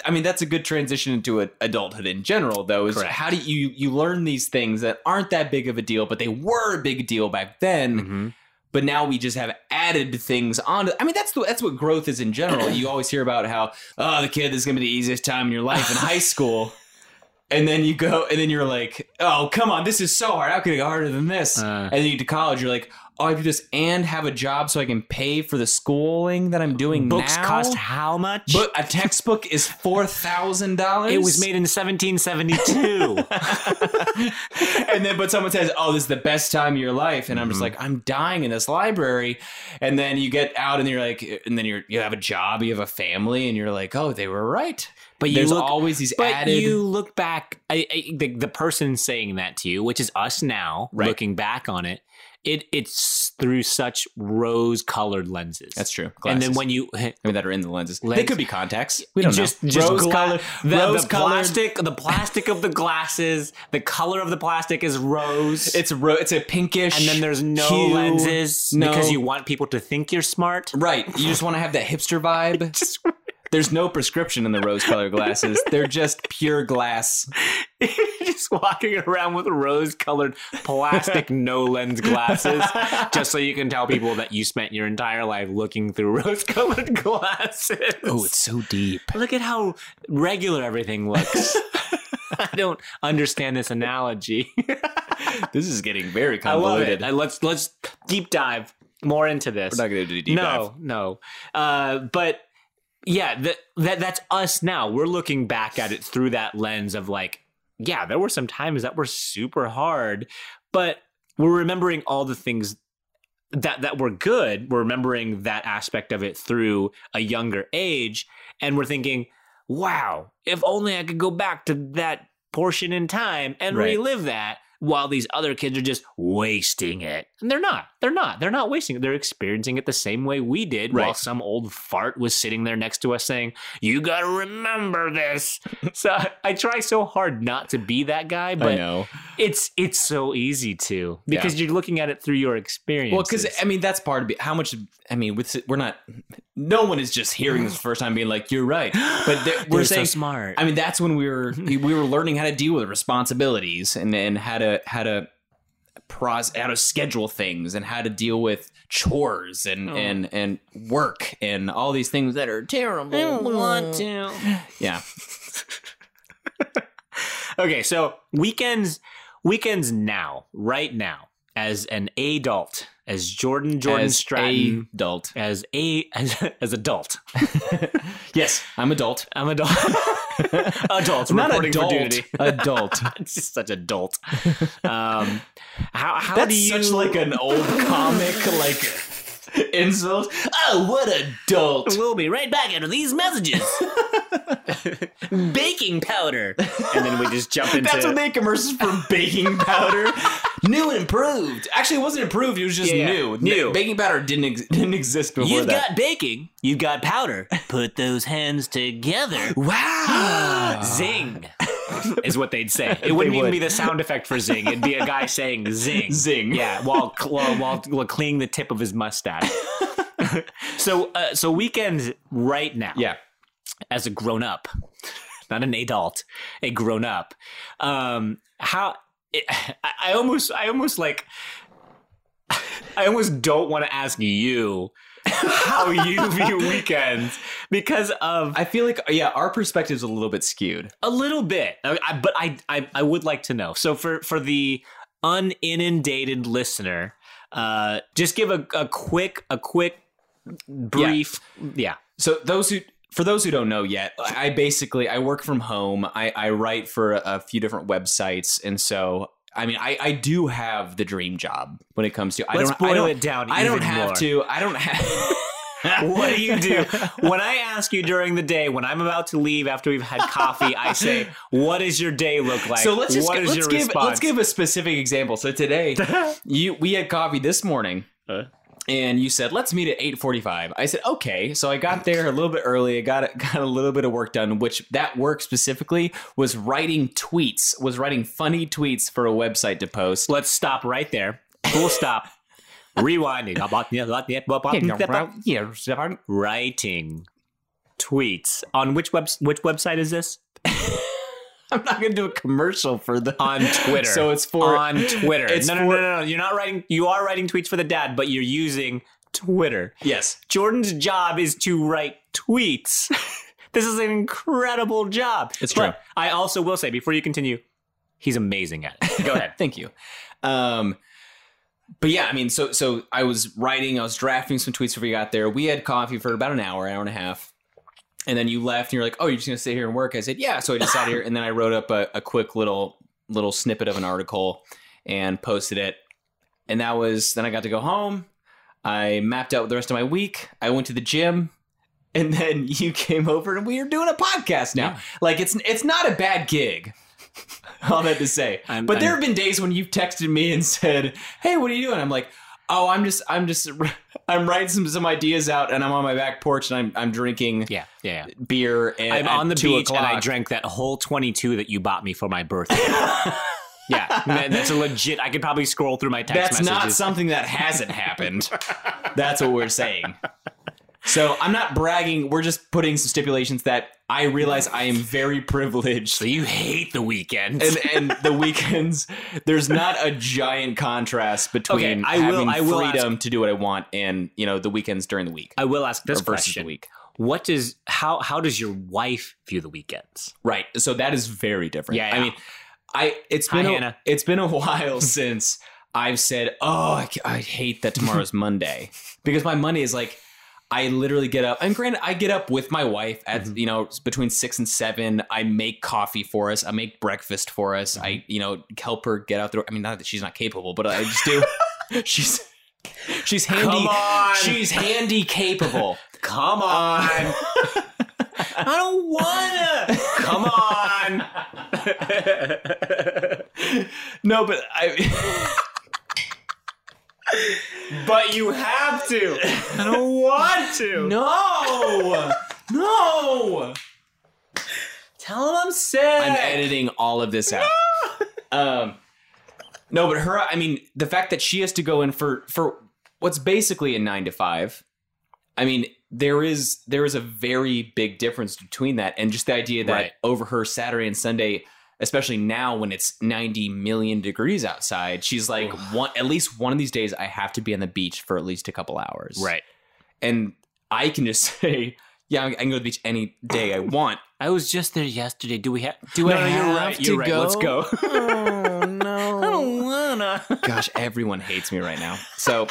[SPEAKER 3] I mean, that's a good transition into a, adulthood in general, though. Is
[SPEAKER 1] Correct.
[SPEAKER 3] how do you you learn these things that aren't that big of a deal, but they were a big deal back then. but now we just have added things onto. I mean, that's the, that's what growth is in general. You always hear about how oh, the kid this is gonna be the easiest time in your life in high school, [LAUGHS] and then you go and then you're like, oh come on, this is so hard. How could it go harder than this?
[SPEAKER 1] Uh.
[SPEAKER 3] and then you get to college, you're like, oh, I do this and have a job so I can pay for the schooling that I'm doing.
[SPEAKER 1] Books
[SPEAKER 3] now?
[SPEAKER 1] cost how much?
[SPEAKER 3] But a textbook is four thousand dollars.
[SPEAKER 1] it was made in 1772.
[SPEAKER 3] [LAUGHS] and then but someone says oh this is the best time of your life and i'm just like i'm dying in this library and then you get out and you're like and then you're you have a job you have a family and you're like oh they were right
[SPEAKER 1] But you
[SPEAKER 3] there's
[SPEAKER 1] look-
[SPEAKER 3] always these
[SPEAKER 1] but
[SPEAKER 3] added
[SPEAKER 1] you look back, I, I, the, the person saying that to you, which is us now,
[SPEAKER 3] Right.
[SPEAKER 1] looking back on it, it it's through such rose-colored lenses.
[SPEAKER 3] that's true
[SPEAKER 1] And then
[SPEAKER 3] Glasses.
[SPEAKER 1] when you
[SPEAKER 3] I mean, that are in the lenses. They
[SPEAKER 1] Lens-
[SPEAKER 3] could be contacts. We don't
[SPEAKER 1] just,
[SPEAKER 3] know.
[SPEAKER 1] Just
[SPEAKER 3] Rose
[SPEAKER 1] gla-
[SPEAKER 3] color.
[SPEAKER 1] the,
[SPEAKER 3] rose
[SPEAKER 1] the
[SPEAKER 3] colored-
[SPEAKER 1] plastic, the plastic of the glasses, the color of the plastic is rose.
[SPEAKER 3] It's ro- it's a pinkish.
[SPEAKER 1] and then there's no
[SPEAKER 3] hue.
[SPEAKER 1] lenses
[SPEAKER 3] no-
[SPEAKER 1] because you want people to think you're smart.
[SPEAKER 3] Right. You just want to have that hipster [LAUGHS] vibe.
[SPEAKER 1] Just-
[SPEAKER 3] There's no prescription in the rose colored glasses. They're just pure glass.
[SPEAKER 1] [LAUGHS] just walking around with rose-colored plastic no lens glasses, just so you can tell people that you spent your entire life looking through [LAUGHS] rose-colored glasses.
[SPEAKER 3] Oh, so deep.
[SPEAKER 1] Look at how regular everything looks. [LAUGHS] I don't understand this analogy. [LAUGHS]
[SPEAKER 3] This is getting very
[SPEAKER 1] I love it.
[SPEAKER 3] convoluted.
[SPEAKER 1] I- let's let's deep dive more into this.
[SPEAKER 3] We're not going to do a deep
[SPEAKER 1] no,
[SPEAKER 3] dive.
[SPEAKER 1] no. Uh, but yeah, that that that's us now. We're looking back at it through that lens of like, yeah, there were some times that were super hard, but we're remembering all the things that that were good. We're remembering that aspect of it through a younger age, and we're thinking, wow, if only I could go back to that portion in time and
[SPEAKER 3] Right.
[SPEAKER 1] relive that while these other kids are just wasting it. And they're not. They're not. They're not wasting it. They're experiencing it the same way we did while
[SPEAKER 3] Right.
[SPEAKER 1] some old fart was sitting there next to us saying, You gotta remember [LAUGHS] this. so I, I try so hard not to be that guy,
[SPEAKER 3] I
[SPEAKER 1] but
[SPEAKER 3] know.
[SPEAKER 1] it's it's so easy to because you're looking at it through your experience.
[SPEAKER 3] Well, because I mean, that's part of it. How much? I mean, with we're not. No one is just hearing this first time being like, "You're right," but there- [GASPS] we're saying.
[SPEAKER 1] smart.
[SPEAKER 3] I mean, that's when we were we were learning how to deal with responsibilities and and how to how to process how to schedule things and how to deal with chores and and and work and all these things that are terrible.
[SPEAKER 1] to.
[SPEAKER 3] [SIGHS] Yeah,
[SPEAKER 1] Okay, so weekends, weekends now, right now, as an adult, as Jordan Jordan
[SPEAKER 3] as
[SPEAKER 1] Stratton,
[SPEAKER 3] adult.
[SPEAKER 1] as a [LAUGHS] as, as [LAUGHS] adult,
[SPEAKER 3] Yes, I'm adult.
[SPEAKER 1] I'm
[SPEAKER 3] [LAUGHS]
[SPEAKER 1] adult. Adults,
[SPEAKER 3] Not
[SPEAKER 1] reporting for
[SPEAKER 3] adult.
[SPEAKER 1] duty.
[SPEAKER 3] [LAUGHS] Adult.
[SPEAKER 1] It's just such adult. Um, how how
[SPEAKER 3] That's
[SPEAKER 1] do you
[SPEAKER 3] such like an old [LAUGHS] comic like insult. Oh, what adult!
[SPEAKER 1] We'll be right back after these [LAUGHS] messages. Baking powder, and then we just jump into.
[SPEAKER 3] That's what they commercials for baking [LAUGHS] powder. new and improved. Actually, it wasn't improved. It was just
[SPEAKER 1] Yeah, yeah.
[SPEAKER 3] new.
[SPEAKER 1] New.
[SPEAKER 3] baking powder didn't ex- didn't exist before
[SPEAKER 1] You've
[SPEAKER 3] [GASPS] that.
[SPEAKER 1] got baking. You've got [LAUGHS] powder. Put those hands together.
[SPEAKER 3] wow. [LAUGHS]
[SPEAKER 1] zing is what they'd say. It wouldn't even
[SPEAKER 3] would.
[SPEAKER 1] be the sound effect for zing. It'd be a
[SPEAKER 3] [LAUGHS]
[SPEAKER 1] guy saying zing.
[SPEAKER 3] Zing.
[SPEAKER 1] Yeah, while while, while, while cleaning the tip of his
[SPEAKER 3] [LAUGHS]
[SPEAKER 1] mustache. so uh, so weekends right now.
[SPEAKER 3] Yeah.
[SPEAKER 1] As a grown up, not an adult, a grown up. Um, how it, I, I almost I almost like. [LAUGHS] I almost don't want to ask
[SPEAKER 3] [LAUGHS]
[SPEAKER 1] you how you view weekends because of
[SPEAKER 3] I feel like yeah, our perspective's a little bit skewed.
[SPEAKER 1] a little bit, I, I, but I, I I would like to know. So for for the uninundated listener, uh, just give a, a quick a quick brief. Yeah,
[SPEAKER 3] So those who for those who don't know yet, I basically I work from home. I, I write for a, a few different websites, and so I mean I, I do have the dream job when it comes to I
[SPEAKER 1] let's
[SPEAKER 3] don't I
[SPEAKER 1] boil
[SPEAKER 3] don't,
[SPEAKER 1] it down.
[SPEAKER 3] I don't
[SPEAKER 1] even
[SPEAKER 3] have
[SPEAKER 1] more.
[SPEAKER 3] [LAUGHS] to. I don't have.
[SPEAKER 1] [LAUGHS] what do you do? When I ask you during the day, when I'm about to leave after we've had coffee, I say, "What does your day look like?"
[SPEAKER 3] so let's just
[SPEAKER 1] What is
[SPEAKER 3] let's
[SPEAKER 1] your
[SPEAKER 3] give
[SPEAKER 1] response?
[SPEAKER 3] let's give a specific example.
[SPEAKER 1] [LAUGHS]
[SPEAKER 3] So today, you we had coffee this morning,
[SPEAKER 1] Huh?
[SPEAKER 3] and you said let's meet at eight forty five. I said okay. So I got there a little bit early. I got [LAUGHS] got a little bit of work done, which that work specifically was writing tweets, was writing funny tweets for a website to post. [LAUGHS]
[SPEAKER 1] Let's stop right there. Full stop. Rewinding. Writing tweets on which web which website is this?
[SPEAKER 3] I'm not gonna do a commercial for the
[SPEAKER 1] On Twitter.
[SPEAKER 3] [LAUGHS] So it's for
[SPEAKER 1] on Twitter.
[SPEAKER 3] it's
[SPEAKER 1] no, no, no, no, no. You're not writing. You are writing tweets for the dad, but you're using Twitter.
[SPEAKER 3] yes.
[SPEAKER 1] Jordan's job is to write tweets. [LAUGHS] this is an incredible job.
[SPEAKER 3] It's
[SPEAKER 1] But
[SPEAKER 3] true.
[SPEAKER 1] I also will say before you continue, he's amazing at it. [LAUGHS]
[SPEAKER 3] [LAUGHS] Go ahead. Thank you. Um, but yeah, I mean, so so I was writing, I was drafting some tweets before we got there. We had coffee for about an hour, hour and a half, and then you left, and you're like, "Oh, you're just gonna sit here and work?" I said, "Yeah." So I just sat here, and then I wrote up a, a quick little little snippet of an article and posted it, and that was. Then I got to go home. I mapped out the rest of my week. I went to the gym. And then [LAUGHS] you came over, and we are doing a podcast now.
[SPEAKER 1] Yeah.
[SPEAKER 3] Like it's it's not a bad gig. All that to say,
[SPEAKER 1] I'm-
[SPEAKER 3] but there
[SPEAKER 1] I'm-
[SPEAKER 3] have been days when you've texted me and said, "Hey, what are you doing?" I'm like, "Oh, I'm just, I'm just, [LAUGHS] I'm writing some some ideas out, and I'm on my back porch, and I'm I'm drinking
[SPEAKER 1] Yeah, yeah. yeah.
[SPEAKER 3] beer, and
[SPEAKER 1] I'm
[SPEAKER 3] at
[SPEAKER 1] on the
[SPEAKER 3] two
[SPEAKER 1] beach
[SPEAKER 3] o'clock.
[SPEAKER 1] and I drank that whole 22 that you bought me for my [LAUGHS] birthday. yeah, man, that's a legit. I could probably scroll through my text
[SPEAKER 3] That's
[SPEAKER 1] messages.
[SPEAKER 3] not something that
[SPEAKER 1] [LAUGHS]
[SPEAKER 3] hasn't happened. That's what we're saying. So I'm not bragging. We're just putting some stipulations that I realize I am very privileged.
[SPEAKER 1] so you hate the weekends.
[SPEAKER 3] And, and the weekends, there's not a giant contrast between
[SPEAKER 1] Okay, I
[SPEAKER 3] having
[SPEAKER 1] will- I will ask-
[SPEAKER 3] freedom to do what I want and you know the weekends during the week.
[SPEAKER 1] I will ask this
[SPEAKER 3] or versus
[SPEAKER 1] question:
[SPEAKER 3] the week.
[SPEAKER 1] What does how how does your wife view the weekends?
[SPEAKER 3] Right. So that is very different.
[SPEAKER 1] Yeah,
[SPEAKER 3] I
[SPEAKER 1] yeah.
[SPEAKER 3] mean, I it's
[SPEAKER 1] Hi,
[SPEAKER 3] been a,
[SPEAKER 1] Hannah.
[SPEAKER 3] it's been a
[SPEAKER 1] [LAUGHS]
[SPEAKER 3] [LAUGHS] while since I've said, "Oh, I, c- I hate
[SPEAKER 1] [LAUGHS]
[SPEAKER 3] that tomorrow's Monday," because my Monday is like I literally get up. And granted, I get up with my wife at
[SPEAKER 1] Mm-hmm.
[SPEAKER 3] you know between six and seven. I make coffee for us. I make breakfast for us. I
[SPEAKER 1] Mm-hmm.
[SPEAKER 3] you know help her get out the door. I mean, not that she's not capable, but I
[SPEAKER 1] [LAUGHS]
[SPEAKER 3] just do. she's she's handy.
[SPEAKER 1] on,
[SPEAKER 3] She's handy capable. Uh,
[SPEAKER 1] come on.
[SPEAKER 3] [LAUGHS]
[SPEAKER 1] I don't wanna. Come on.
[SPEAKER 3] [LAUGHS] No, but I. [LAUGHS]
[SPEAKER 1] But you have to. I don't want to.
[SPEAKER 3] [LAUGHS] No! no!
[SPEAKER 1] Tell him I'm sick.
[SPEAKER 3] I'm editing all of this [LAUGHS] out. um, no, but her, I mean, the fact that she has to go in for for what's basically a nine to five. I mean, there is there is a very big difference between that and just the idea that
[SPEAKER 1] Right.
[SPEAKER 3] over her Saturday and Sunday, especially now when it's 90 million degrees outside, she's like one at least one of these days I have to be on the beach for at least a couple hours.
[SPEAKER 1] Right.
[SPEAKER 3] And I can just [LAUGHS] say, yeah, I can go to the beach any day I want.
[SPEAKER 1] I was just there yesterday. Do we have? Do
[SPEAKER 3] No,
[SPEAKER 1] I
[SPEAKER 3] no,
[SPEAKER 1] have
[SPEAKER 3] you're right.
[SPEAKER 1] to
[SPEAKER 3] You're right.
[SPEAKER 1] go?
[SPEAKER 3] Let's go.
[SPEAKER 1] [LAUGHS] Oh no. [LAUGHS] I don't wanna. [LAUGHS]
[SPEAKER 3] Gosh, everyone hates me right now. So,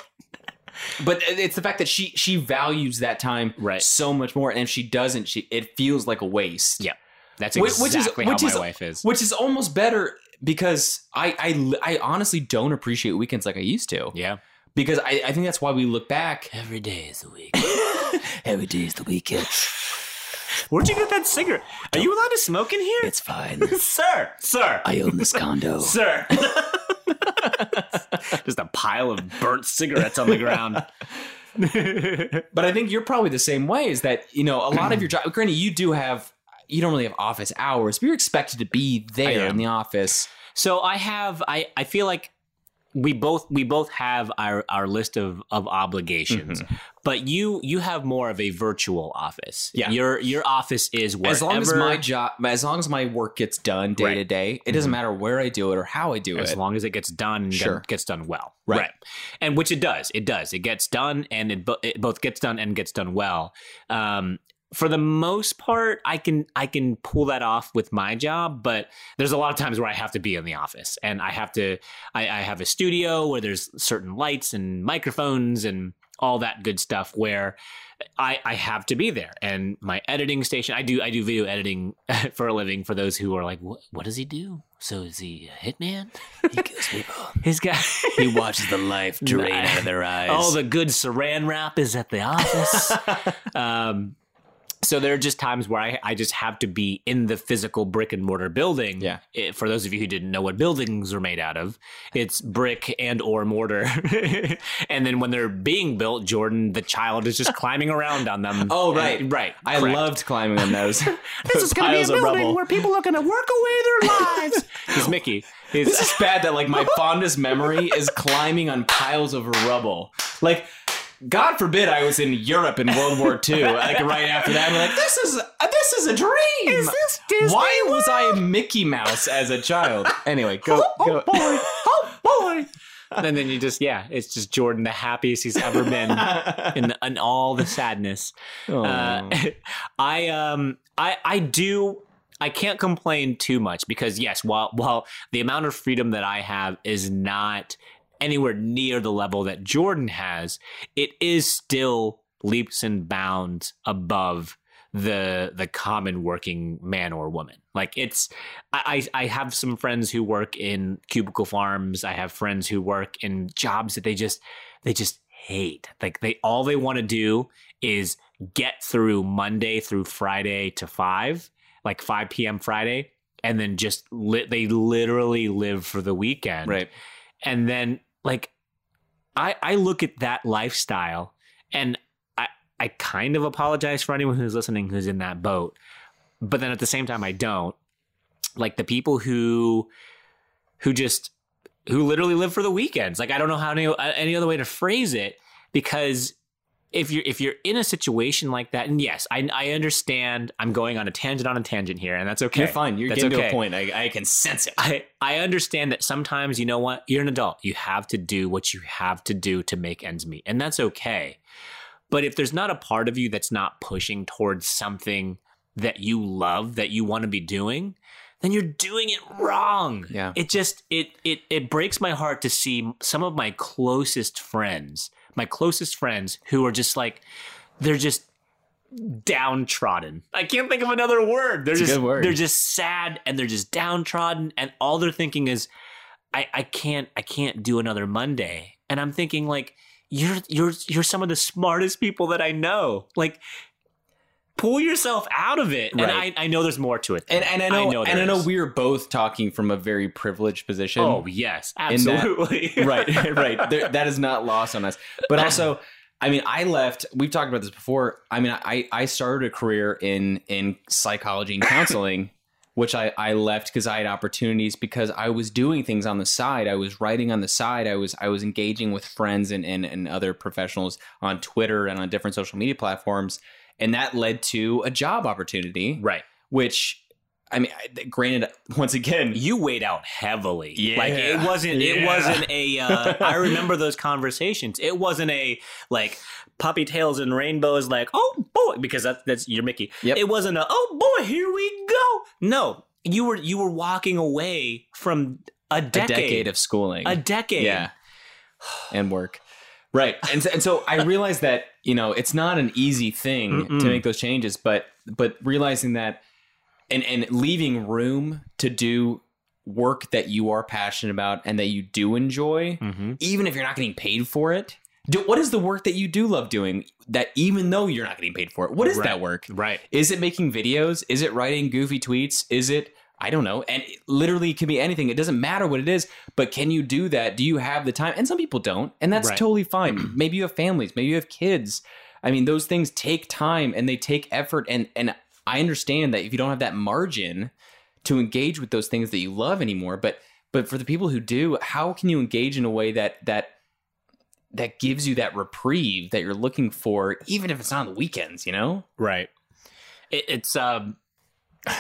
[SPEAKER 3] but it's the fact that she she values that time
[SPEAKER 1] Right.
[SPEAKER 3] so much more, and if she doesn't, she it feels like a waste.
[SPEAKER 1] Yeah. That's
[SPEAKER 3] Which- which
[SPEAKER 1] exactly
[SPEAKER 3] is- which
[SPEAKER 1] how
[SPEAKER 3] is-
[SPEAKER 1] my wife is.
[SPEAKER 3] which is almost better because I I li- I honestly don't appreciate weekends like I used to
[SPEAKER 1] yeah.
[SPEAKER 3] because I I think that's why we look back.
[SPEAKER 1] Every day is the week. Every day is the weekend. Where'd you get that cigarette? Are you allowed to smoke in here?
[SPEAKER 4] It's fine.
[SPEAKER 1] [LAUGHS] sir, sir,
[SPEAKER 4] I own this condo.
[SPEAKER 1] sir. [LAUGHS] Just a pile of burnt cigarettes on the ground.
[SPEAKER 3] But I think you're probably the same way. Is that you know a lot of
[SPEAKER 1] [CLEARS THROAT]
[SPEAKER 3] your job? Granted, you do have you don't really have office hours, but you're expected to be there
[SPEAKER 1] am.
[SPEAKER 3] in the office.
[SPEAKER 1] So I have I I feel like we both we both have our our list of of obligations.
[SPEAKER 3] Mm-hmm.
[SPEAKER 1] But you you have more of a virtual office.
[SPEAKER 3] Yeah.
[SPEAKER 1] Your your office is wherever
[SPEAKER 3] as long as my job, as long as my work gets done day to
[SPEAKER 1] Right. Mm-hmm.
[SPEAKER 3] day, it doesn't matter where I do it or how I do
[SPEAKER 1] as
[SPEAKER 3] it.
[SPEAKER 1] long as it gets done and
[SPEAKER 3] Sure.
[SPEAKER 1] gets done well
[SPEAKER 3] Right.
[SPEAKER 1] and which it does it does it gets done and it, bo- it both gets done and gets done well um, for the most part i can i can pull that off with my job but there's a lot of times where i have to be in the office and i have to i, I have a studio where there's certain lights and microphones and all that good stuff where I, I have to be there and my editing station i do i do video editing [LAUGHS] for a living for those who are like what, what does he do so is he a hitman
[SPEAKER 4] He kills people.
[SPEAKER 1] he's got
[SPEAKER 4] He
[SPEAKER 1] [LAUGHS]
[SPEAKER 4] watches the life drain
[SPEAKER 1] Nah.
[SPEAKER 4] out of their eyes.
[SPEAKER 1] all the good saran wrap is at the
[SPEAKER 3] [LAUGHS]
[SPEAKER 1] office um, so there are just times where I, I just have to be in the physical brick and mortar building
[SPEAKER 3] Yeah.
[SPEAKER 1] Eh, for those of you who didn't know what buildings are made out of it's brick and or mortar [LAUGHS] and then when they're being built jordan the child is just climbing around on them
[SPEAKER 3] [LAUGHS] Oh, right.
[SPEAKER 1] And- right
[SPEAKER 3] I
[SPEAKER 1] correct.
[SPEAKER 3] loved climbing on those.
[SPEAKER 1] [LAUGHS] this is going to be a
[SPEAKER 3] piles of
[SPEAKER 1] building
[SPEAKER 3] rubble.
[SPEAKER 1] where people are going to work away their lives [LAUGHS] he's
[SPEAKER 3] [LAUGHS]
[SPEAKER 1] mickey
[SPEAKER 3] It's just bad that
[SPEAKER 1] [LAUGHS]
[SPEAKER 3] like my fondest memory is climbing on piles of rubble. Like, God forbid I was in Europe in World War II. Like right after that, I'm like, this is uh, this is a dream.
[SPEAKER 1] Is this Disney
[SPEAKER 3] Why was I a Mickey Mouse as a child? Anyway, go go.
[SPEAKER 1] oh boy. And then you just yeah, it's just Jordan the happiest he's ever been [LAUGHS]
[SPEAKER 3] [LAUGHS] Uh,
[SPEAKER 1] in, in all the sadness. Uh, [LAUGHS] I um I I do I can't complain too much because yes, while while the amount of freedom that I have is not anywhere near the level that Jordan has, it is still leaps and bounds above the the common working man or woman. Like it's I, I I have some friends who work in cubicle farms. I have friends who work in jobs that they just they just hate. Like they all they want to do is get through Monday through Friday to five, like five p.m. Friday, and then just li- they literally live for the weekend
[SPEAKER 3] right.
[SPEAKER 1] and then like i i look at that lifestyle and i i kind of apologize for anyone who's listening who's in that boat but then at the same time i don't like the people who who just who literally live for the weekends like i don't know how any, uh, any other way to phrase it because if you're if you're in a situation like that and yes i i understand i'm going on a tangent on a tangent here and that's okay
[SPEAKER 3] You're fine. You're
[SPEAKER 1] That's
[SPEAKER 3] getting to
[SPEAKER 1] okay.
[SPEAKER 3] a point. I, I can sense it.
[SPEAKER 1] I, I understand that sometimes, you know what? You're an adult. You have to do what you have to do to make ends meet, and that's okay. But if there's not a part of you that's not pushing towards something that you love, that you want to be doing, then you're doing it wrong.
[SPEAKER 3] Yeah.
[SPEAKER 1] It just it it it breaks my heart to see some of my closest friends, my closest friends who are just like they're just downtrodden. I can't think of another word. They're
[SPEAKER 3] It's a
[SPEAKER 1] just
[SPEAKER 3] good word.
[SPEAKER 1] they're just sad and they're just downtrodden and all they're thinking is I I can't I can't do another Monday. And I'm thinking like you're you're you're some of the smartest people that I know. Like pull yourself out of it. And I
[SPEAKER 3] Right.
[SPEAKER 1] I know there's more to it. than
[SPEAKER 3] And, and I
[SPEAKER 1] that.
[SPEAKER 3] know, and
[SPEAKER 1] there
[SPEAKER 3] I know
[SPEAKER 1] is.
[SPEAKER 3] we are both talking from a very privileged position.
[SPEAKER 1] Oh yes,
[SPEAKER 3] in that-
[SPEAKER 1] absolutely. [LAUGHS]
[SPEAKER 3] [LAUGHS] right, right. There, that is not lost on us. But also, I mean, I left. We've talked about this before. I mean, I I started a career in in psychology
[SPEAKER 1] [COUGHS]
[SPEAKER 3] and counseling, which I I left because I had opportunities because I was doing things on the side. I was writing on the side. I was I was engaging with friends and and, and other professionals on Twitter and on different social media platforms, and that led to a job opportunity,
[SPEAKER 1] right.
[SPEAKER 3] which. I mean, I- granted, once again,
[SPEAKER 1] you weighed out heavily.
[SPEAKER 3] Yeah.
[SPEAKER 1] Like it wasn't it
[SPEAKER 3] Yeah.
[SPEAKER 1] wasn't a uh,
[SPEAKER 3] [LAUGHS]
[SPEAKER 1] I remember those conversations. It wasn't a like puppy tails and rainbows like, "Oh boy," because that's that's your Mickey.
[SPEAKER 3] Yep.
[SPEAKER 1] It wasn't a, "Oh boy, here we go." No. You were you were walking away from a
[SPEAKER 3] a
[SPEAKER 1] decade,
[SPEAKER 3] decade of schooling,
[SPEAKER 1] a decade.
[SPEAKER 3] Yeah. [SIGHS] And work. Right. And so, and so I realized that, you know, it's not an easy thing
[SPEAKER 1] Mm-mm.
[SPEAKER 3] to make those changes, but but realizing that and and leaving room to do work that you are passionate about and that you do enjoy,
[SPEAKER 1] Mm-hmm.
[SPEAKER 3] even if you're not getting paid for it. Do, what is the work that you do love doing that even though you're not getting paid for it? What is
[SPEAKER 1] Right.
[SPEAKER 3] that work?
[SPEAKER 1] Right.
[SPEAKER 3] Is it making videos? Is it writing goofy tweets? Is it I don't know. And it literally can be anything. It doesn't matter what it is, but can you do that? Do you have the time? And some people don't, and that's
[SPEAKER 1] Right.
[SPEAKER 3] totally fine. maybe you have families, maybe you have kids. I mean, those things take time and they take effort and and I understand that if you don't have that margin to engage with those things that you love anymore, but but for the people who do, how can you engage in a way that that that gives you that reprieve that you're looking for, even if it's not on the weekends, you know?
[SPEAKER 1] Right. It, it's um [LAUGHS]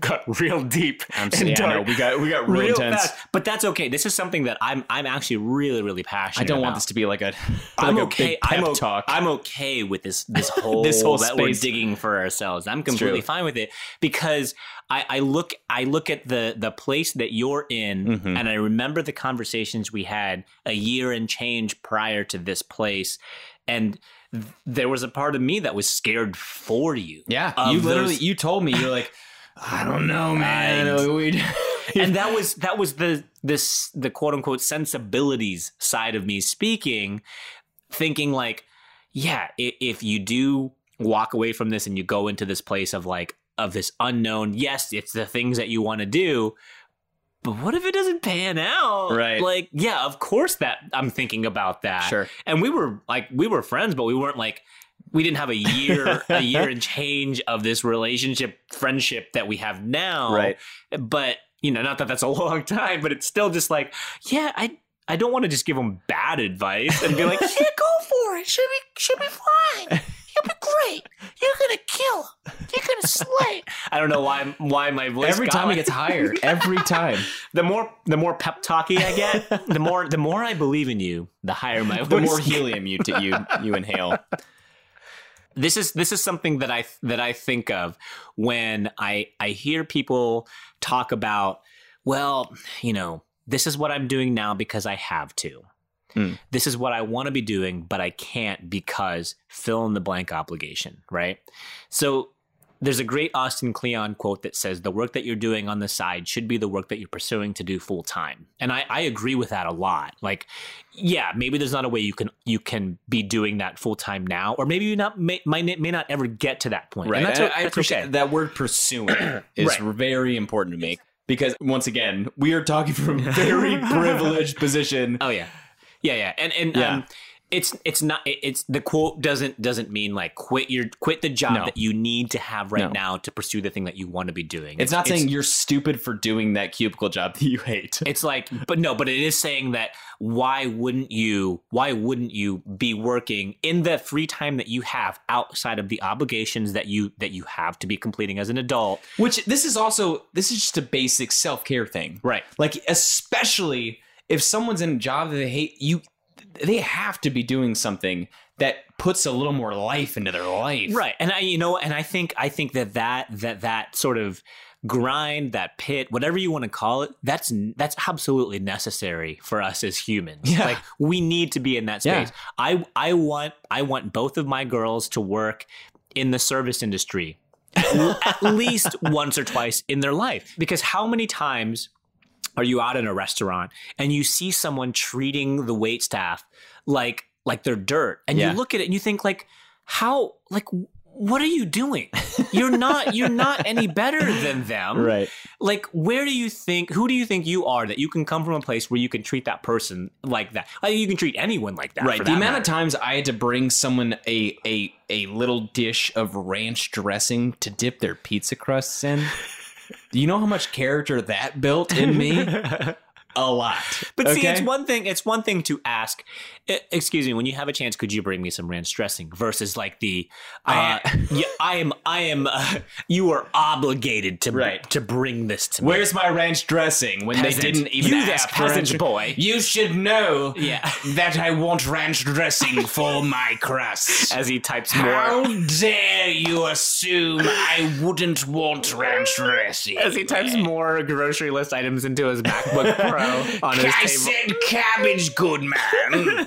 [SPEAKER 1] got real deep
[SPEAKER 3] I'm
[SPEAKER 1] and
[SPEAKER 3] saying, yeah, I know,
[SPEAKER 1] dark
[SPEAKER 3] we got we got real,
[SPEAKER 1] real
[SPEAKER 3] intense.
[SPEAKER 1] fast. But that's okay. This is something that I'm I'm actually really really passionate.
[SPEAKER 3] I don't want
[SPEAKER 1] about.
[SPEAKER 3] this to be [LAUGHS] like a.
[SPEAKER 1] I'm
[SPEAKER 3] like a
[SPEAKER 1] okay.
[SPEAKER 3] big
[SPEAKER 1] I'm
[SPEAKER 3] pep
[SPEAKER 1] o-
[SPEAKER 3] talk.
[SPEAKER 1] I'm okay with
[SPEAKER 3] [LAUGHS]
[SPEAKER 1] this this whole
[SPEAKER 3] This whole
[SPEAKER 1] that we're
[SPEAKER 3] space.
[SPEAKER 1] digging for ourselves. I'm
[SPEAKER 3] true.
[SPEAKER 1] completely fine with it because I, I look I look at the the place that you're in
[SPEAKER 3] Mhm.
[SPEAKER 1] and I remember the conversations we had a year and change prior to this place and th- there was a part of me that was scared for you.
[SPEAKER 3] yeah,
[SPEAKER 1] of
[SPEAKER 3] you literally
[SPEAKER 1] those-
[SPEAKER 3] you told me you're like, [LAUGHS] I don't know, man.
[SPEAKER 1] I know,
[SPEAKER 3] [LAUGHS] we
[SPEAKER 1] and that was that was the this the quote unquote sensibilities side of me speaking thinking like yeah if, if you do walk away from this and you go into this place of like of this unknown yes it's the things that you want to do but what if it doesn't pan out
[SPEAKER 3] Right.
[SPEAKER 1] like yeah of course that i'm thinking about that
[SPEAKER 3] [LAUGHS] sure.
[SPEAKER 1] and we were like we were friends but we weren't like we didn't have a year a
[SPEAKER 3] [LAUGHS]
[SPEAKER 1] year and change of this relationship friendship that we have now
[SPEAKER 3] Right.
[SPEAKER 1] but you know not that that's a [LAUGHS] long time but it's still just like yeah i i don't want to just give them bad advice and be [LAUGHS] like yeah go for it should be should be fine you'll be great you're gonna kill 'em. you're gonna slay [LAUGHS] i don't know why why my voice
[SPEAKER 3] Every
[SPEAKER 1] got
[SPEAKER 3] time it
[SPEAKER 1] like-
[SPEAKER 3] gets [LAUGHS] higher. Every time.
[SPEAKER 1] the more the more pep talky i get the more the more i believe in you [LAUGHS] the higher my
[SPEAKER 3] the
[SPEAKER 1] voice
[SPEAKER 3] [LAUGHS] more helium you t- you you inhale.
[SPEAKER 1] this is this is something that I that I think of when I I hear people talk about well, you know, this is what I'm doing now because I have to.
[SPEAKER 3] Hmm.
[SPEAKER 1] This is what I want to be doing but I can't because fill in the blank obligation, right? So there's a great Austin Kleon quote that says the work that you're doing on the side should be the work that you're pursuing to do full time. And I, I agree with that a lot. Like, yeah, maybe there's not a way you can you can be doing that full time now, or maybe you not may, might may not ever get to that point.
[SPEAKER 3] Right.
[SPEAKER 1] And that's,
[SPEAKER 3] I,
[SPEAKER 1] o-
[SPEAKER 3] I
[SPEAKER 1] that's
[SPEAKER 3] appreciate
[SPEAKER 1] okay.
[SPEAKER 3] that word pursuing [CLEARS THROAT] is
[SPEAKER 1] Right.
[SPEAKER 3] very important to me because once again, we are talking from a [LAUGHS] very privileged position.
[SPEAKER 1] Oh yeah, yeah, yeah, and and
[SPEAKER 3] Yeah.
[SPEAKER 1] um, it's it's not it- it's the quote doesn't doesn't mean like quit your quit the job
[SPEAKER 3] No.
[SPEAKER 1] that you need to have right
[SPEAKER 3] No.
[SPEAKER 1] now to pursue the thing that you want to be doing.
[SPEAKER 3] It's not saying you're stupid for doing that cubicle job that you hate.
[SPEAKER 1] It's like, but no, but it is saying that why wouldn't you, why wouldn't you be working in the free time that you have outside of the obligations that you, that you have to be completing as an adult?
[SPEAKER 3] Which this is also this is just a basic self-care thing.
[SPEAKER 1] Right.
[SPEAKER 3] Like especially if someone's in a job that they hate, you they have to be doing something that puts a little more life into their life.
[SPEAKER 1] Right. And I, you know, and I think, I think that that, that, that sort of grind, that pit, whatever you want to call it, that's, that's absolutely necessary for us as humans.
[SPEAKER 3] Yeah.
[SPEAKER 1] Like we need to be in that
[SPEAKER 3] Yeah.
[SPEAKER 1] space. I, I want, I want both of my girls to work in the service industry [LAUGHS] at least once or twice in their life. Because how many times are you out in a restaurant and you see someone treating the wait staff like like they're dirt, and
[SPEAKER 3] Yeah.
[SPEAKER 1] you look at it and you think like, how like what are you
[SPEAKER 3] [LAUGHS]
[SPEAKER 1] doing? You're not you're not any better than them
[SPEAKER 3] Right.
[SPEAKER 1] like where do you think who do you think you are that you can come from a place where you can treat that person like that like you can treat anyone like that
[SPEAKER 3] Right.
[SPEAKER 1] for
[SPEAKER 3] The
[SPEAKER 1] that
[SPEAKER 3] amount of
[SPEAKER 1] matter.
[SPEAKER 3] times I had to bring someone a a a little dish of ranch dressing to dip their pizza crusts
[SPEAKER 1] [LAUGHS]
[SPEAKER 3] in. Do you know how much character that built in
[SPEAKER 1] [LAUGHS]
[SPEAKER 3] me? a lot.
[SPEAKER 1] but see it's
[SPEAKER 3] Okay?
[SPEAKER 1] one thing it's one thing to ask "E- excuse me when you have a chance could you bring me some ranch dressing versus like the uh,
[SPEAKER 3] [LAUGHS] I-
[SPEAKER 1] yeah, i am i am uh, you are obligated to
[SPEAKER 3] Right.
[SPEAKER 1] to bring this to me
[SPEAKER 3] Where's my ranch dressing? When
[SPEAKER 1] Peasant.
[SPEAKER 3] they didn't even
[SPEAKER 1] You
[SPEAKER 3] ask
[SPEAKER 1] there,
[SPEAKER 3] for
[SPEAKER 1] peasant
[SPEAKER 3] ranch-
[SPEAKER 1] boy.
[SPEAKER 3] You should know
[SPEAKER 1] yeah
[SPEAKER 3] that I want
[SPEAKER 1] [LAUGHS]
[SPEAKER 3] ranch dressing for my crust.
[SPEAKER 1] as he types
[SPEAKER 3] How
[SPEAKER 1] more
[SPEAKER 3] dare you assume I wouldn't want ranch dressing?
[SPEAKER 1] as he types more grocery list items into his [LAUGHS] macbook pro on his
[SPEAKER 3] I
[SPEAKER 1] table
[SPEAKER 3] said cabbage, good [LAUGHS] man.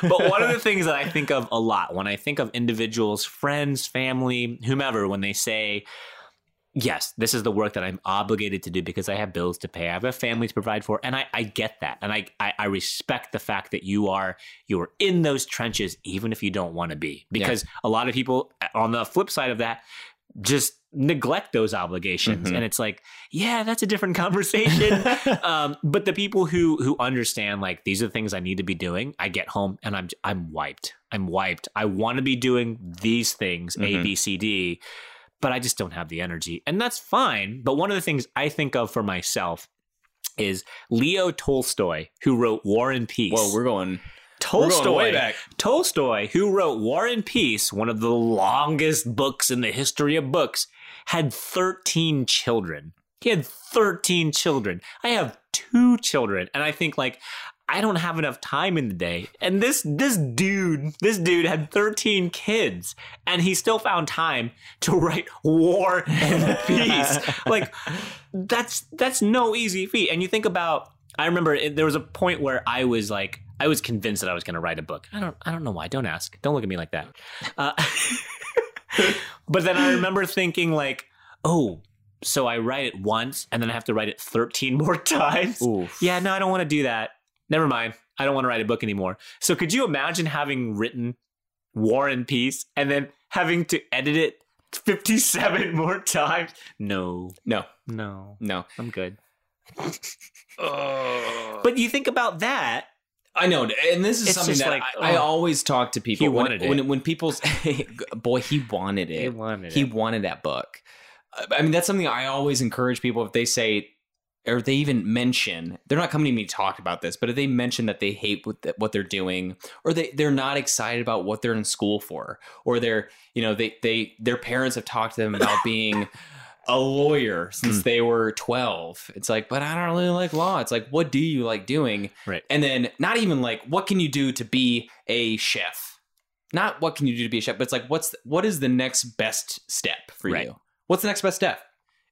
[SPEAKER 1] but one of the things that I think of a lot when I think of individuals, friends, family, whomever, when they say, Yes, this is the work that I'm obligated to do because I have bills to pay. I have a family to provide for. And I, I get that. And I, I, I respect the fact that you are you are in those trenches even if you don't want to be. Because a lot of people uh, on the flip side of that just neglect those obligations
[SPEAKER 3] Mhm.
[SPEAKER 1] and it's like yeah that's a different conversation um, but the people who who understand like these are the things i need to be doing i get home and i'm i'm wiped i'm wiped i want to be doing these things A,
[SPEAKER 3] Mhm.
[SPEAKER 1] B, C, D, but i just don't have the energy and that's fine but one of the things i think of for myself is leo tolstoy who wrote war and peace
[SPEAKER 3] Whoa, we're going.
[SPEAKER 1] Tolstoy,
[SPEAKER 3] We're going way back.
[SPEAKER 1] Tolstoy, who wrote War and Peace, one of the longest books in the history of books, had 13 children. He had 13 children. I have two children. And I think like I don't have enough time in the day. And this this dude, this dude had 13 kids and he still found time to write war and peace. like that's that's no easy feat. And you think about I remember it, there was a point where I was like I was convinced that I was going to write a book. I don't I don't know why. Don't ask. Don't look at me like that. Uh, [LAUGHS] but then I remember thinking like, "Oh, so I write it once and then I have to write it 13 [LAUGHS] more times."
[SPEAKER 3] Oof.
[SPEAKER 1] Yeah, no, I don't want to do that. Never mind. I don't want to write a book anymore. So could you imagine having written War and Peace and then having to edit it 57 [LAUGHS] more times? No.
[SPEAKER 3] No,
[SPEAKER 1] No.
[SPEAKER 3] no.
[SPEAKER 1] I'm good.
[SPEAKER 4] Oh.
[SPEAKER 1] But you think about that.
[SPEAKER 3] I know, and this is
[SPEAKER 1] It's
[SPEAKER 3] something
[SPEAKER 1] just
[SPEAKER 3] that
[SPEAKER 1] like,
[SPEAKER 3] I, I
[SPEAKER 1] oh.
[SPEAKER 3] always talk to people.
[SPEAKER 1] He
[SPEAKER 3] when,
[SPEAKER 1] wanted it.
[SPEAKER 3] when when people's [LAUGHS] boy, he wanted it.
[SPEAKER 1] wanted
[SPEAKER 3] he wanted that book. I- I mean, that's something I always encourage people if they say, or if they even mention, they're not coming to me to talk about this, but if they mention that they hate what, th- what they're doing, or they they're not excited about what they're in school for, or they're you know they they their parents have talked to them about
[SPEAKER 1] [LAUGHS]
[SPEAKER 3] being a lawyer since
[SPEAKER 1] Hmm.
[SPEAKER 3] they were 12 it's like but i don't really like law it's like what do you like doing
[SPEAKER 1] Right.
[SPEAKER 3] and then not even like what can you do to be a chef not what can you do to be a chef, but it's like what's what is the next best step for
[SPEAKER 1] Right.
[SPEAKER 3] you? What's the next best step?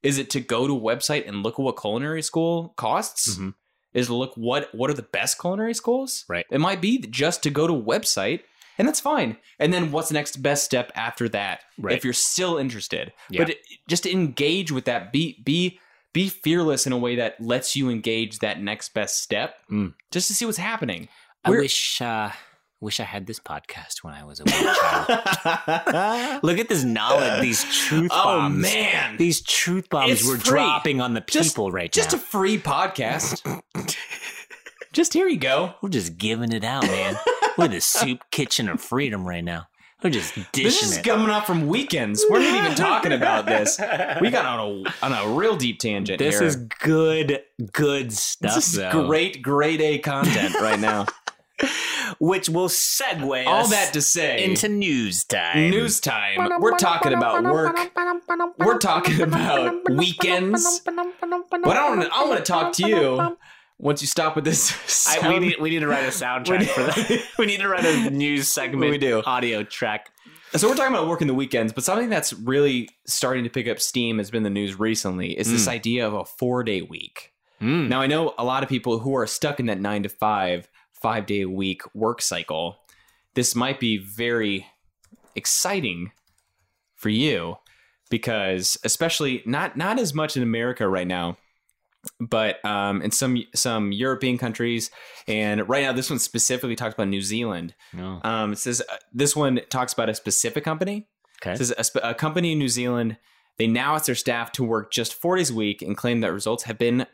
[SPEAKER 3] Is it to go to a website and look at what culinary school costs?
[SPEAKER 1] Mhm.
[SPEAKER 3] Is to look what what are the best culinary schools?
[SPEAKER 1] Right.
[SPEAKER 3] It might be just to go to a website, and that's fine. And then what's the next best step after that?
[SPEAKER 1] Right.
[SPEAKER 3] If you're still interested,
[SPEAKER 1] Yeah.
[SPEAKER 3] but it, just engage with that. Be be be fearless in a way that lets you engage that next best step,
[SPEAKER 1] Mm.
[SPEAKER 3] just to see what's happening.
[SPEAKER 1] I
[SPEAKER 3] [LAUGHS] We're-
[SPEAKER 1] wish uh, wish I had this podcast when I was a wee child. [LAUGHS] Look at this knowledge, these truth
[SPEAKER 3] oh
[SPEAKER 1] bombs.
[SPEAKER 3] man,
[SPEAKER 1] These truth bombs
[SPEAKER 3] It's
[SPEAKER 1] we're
[SPEAKER 3] free.
[SPEAKER 1] dropping on the people
[SPEAKER 3] Just-
[SPEAKER 1] right
[SPEAKER 3] just
[SPEAKER 1] now.
[SPEAKER 3] a free podcast.
[SPEAKER 1] [LAUGHS]
[SPEAKER 3] just here you go.
[SPEAKER 1] we're just giving it out, [LAUGHS] man. we're the soup kitchen of freedom right now. We're just dishing
[SPEAKER 3] This is
[SPEAKER 1] it.
[SPEAKER 3] coming up from weekends. We're not even talking about this.
[SPEAKER 1] [LAUGHS]
[SPEAKER 3] We got on a on a real deep tangent.
[SPEAKER 1] this
[SPEAKER 3] here.
[SPEAKER 1] is good, good stuff.
[SPEAKER 3] this is
[SPEAKER 1] though,
[SPEAKER 3] great grade A content [LAUGHS] right now.
[SPEAKER 1] which will segue
[SPEAKER 3] All
[SPEAKER 1] us
[SPEAKER 3] that to say,
[SPEAKER 1] into news time.
[SPEAKER 3] news time. We're talking about work. We're [LAUGHS] talking about weekends. But I want I want to talk to you once you stop with [LAUGHS] this.
[SPEAKER 1] I, we
[SPEAKER 3] sound-
[SPEAKER 1] need [LAUGHS] we need to write a soundtrack for that. we need to write a news segment.
[SPEAKER 3] [LAUGHS] We do.
[SPEAKER 1] audio track.
[SPEAKER 3] [LAUGHS] So we're talking about work in the weekends, but something that's really starting to pick up steam has been the news recently is this idea of a four day week.
[SPEAKER 1] Hmm. Mm.
[SPEAKER 3] Now I know a lot of people who are stuck in that nine to five, five day a week work cycle. This might be very exciting for you because especially not not as much in America right now, but um, in some some European countries, and right now this one specifically talks about New Zealand.
[SPEAKER 1] No.
[SPEAKER 3] Um, it says uh, this one talks about a specific company.
[SPEAKER 1] Okay.
[SPEAKER 3] It says a, sp- a company in New Zealand they now ask their staff to work just four days a week and claim that results have been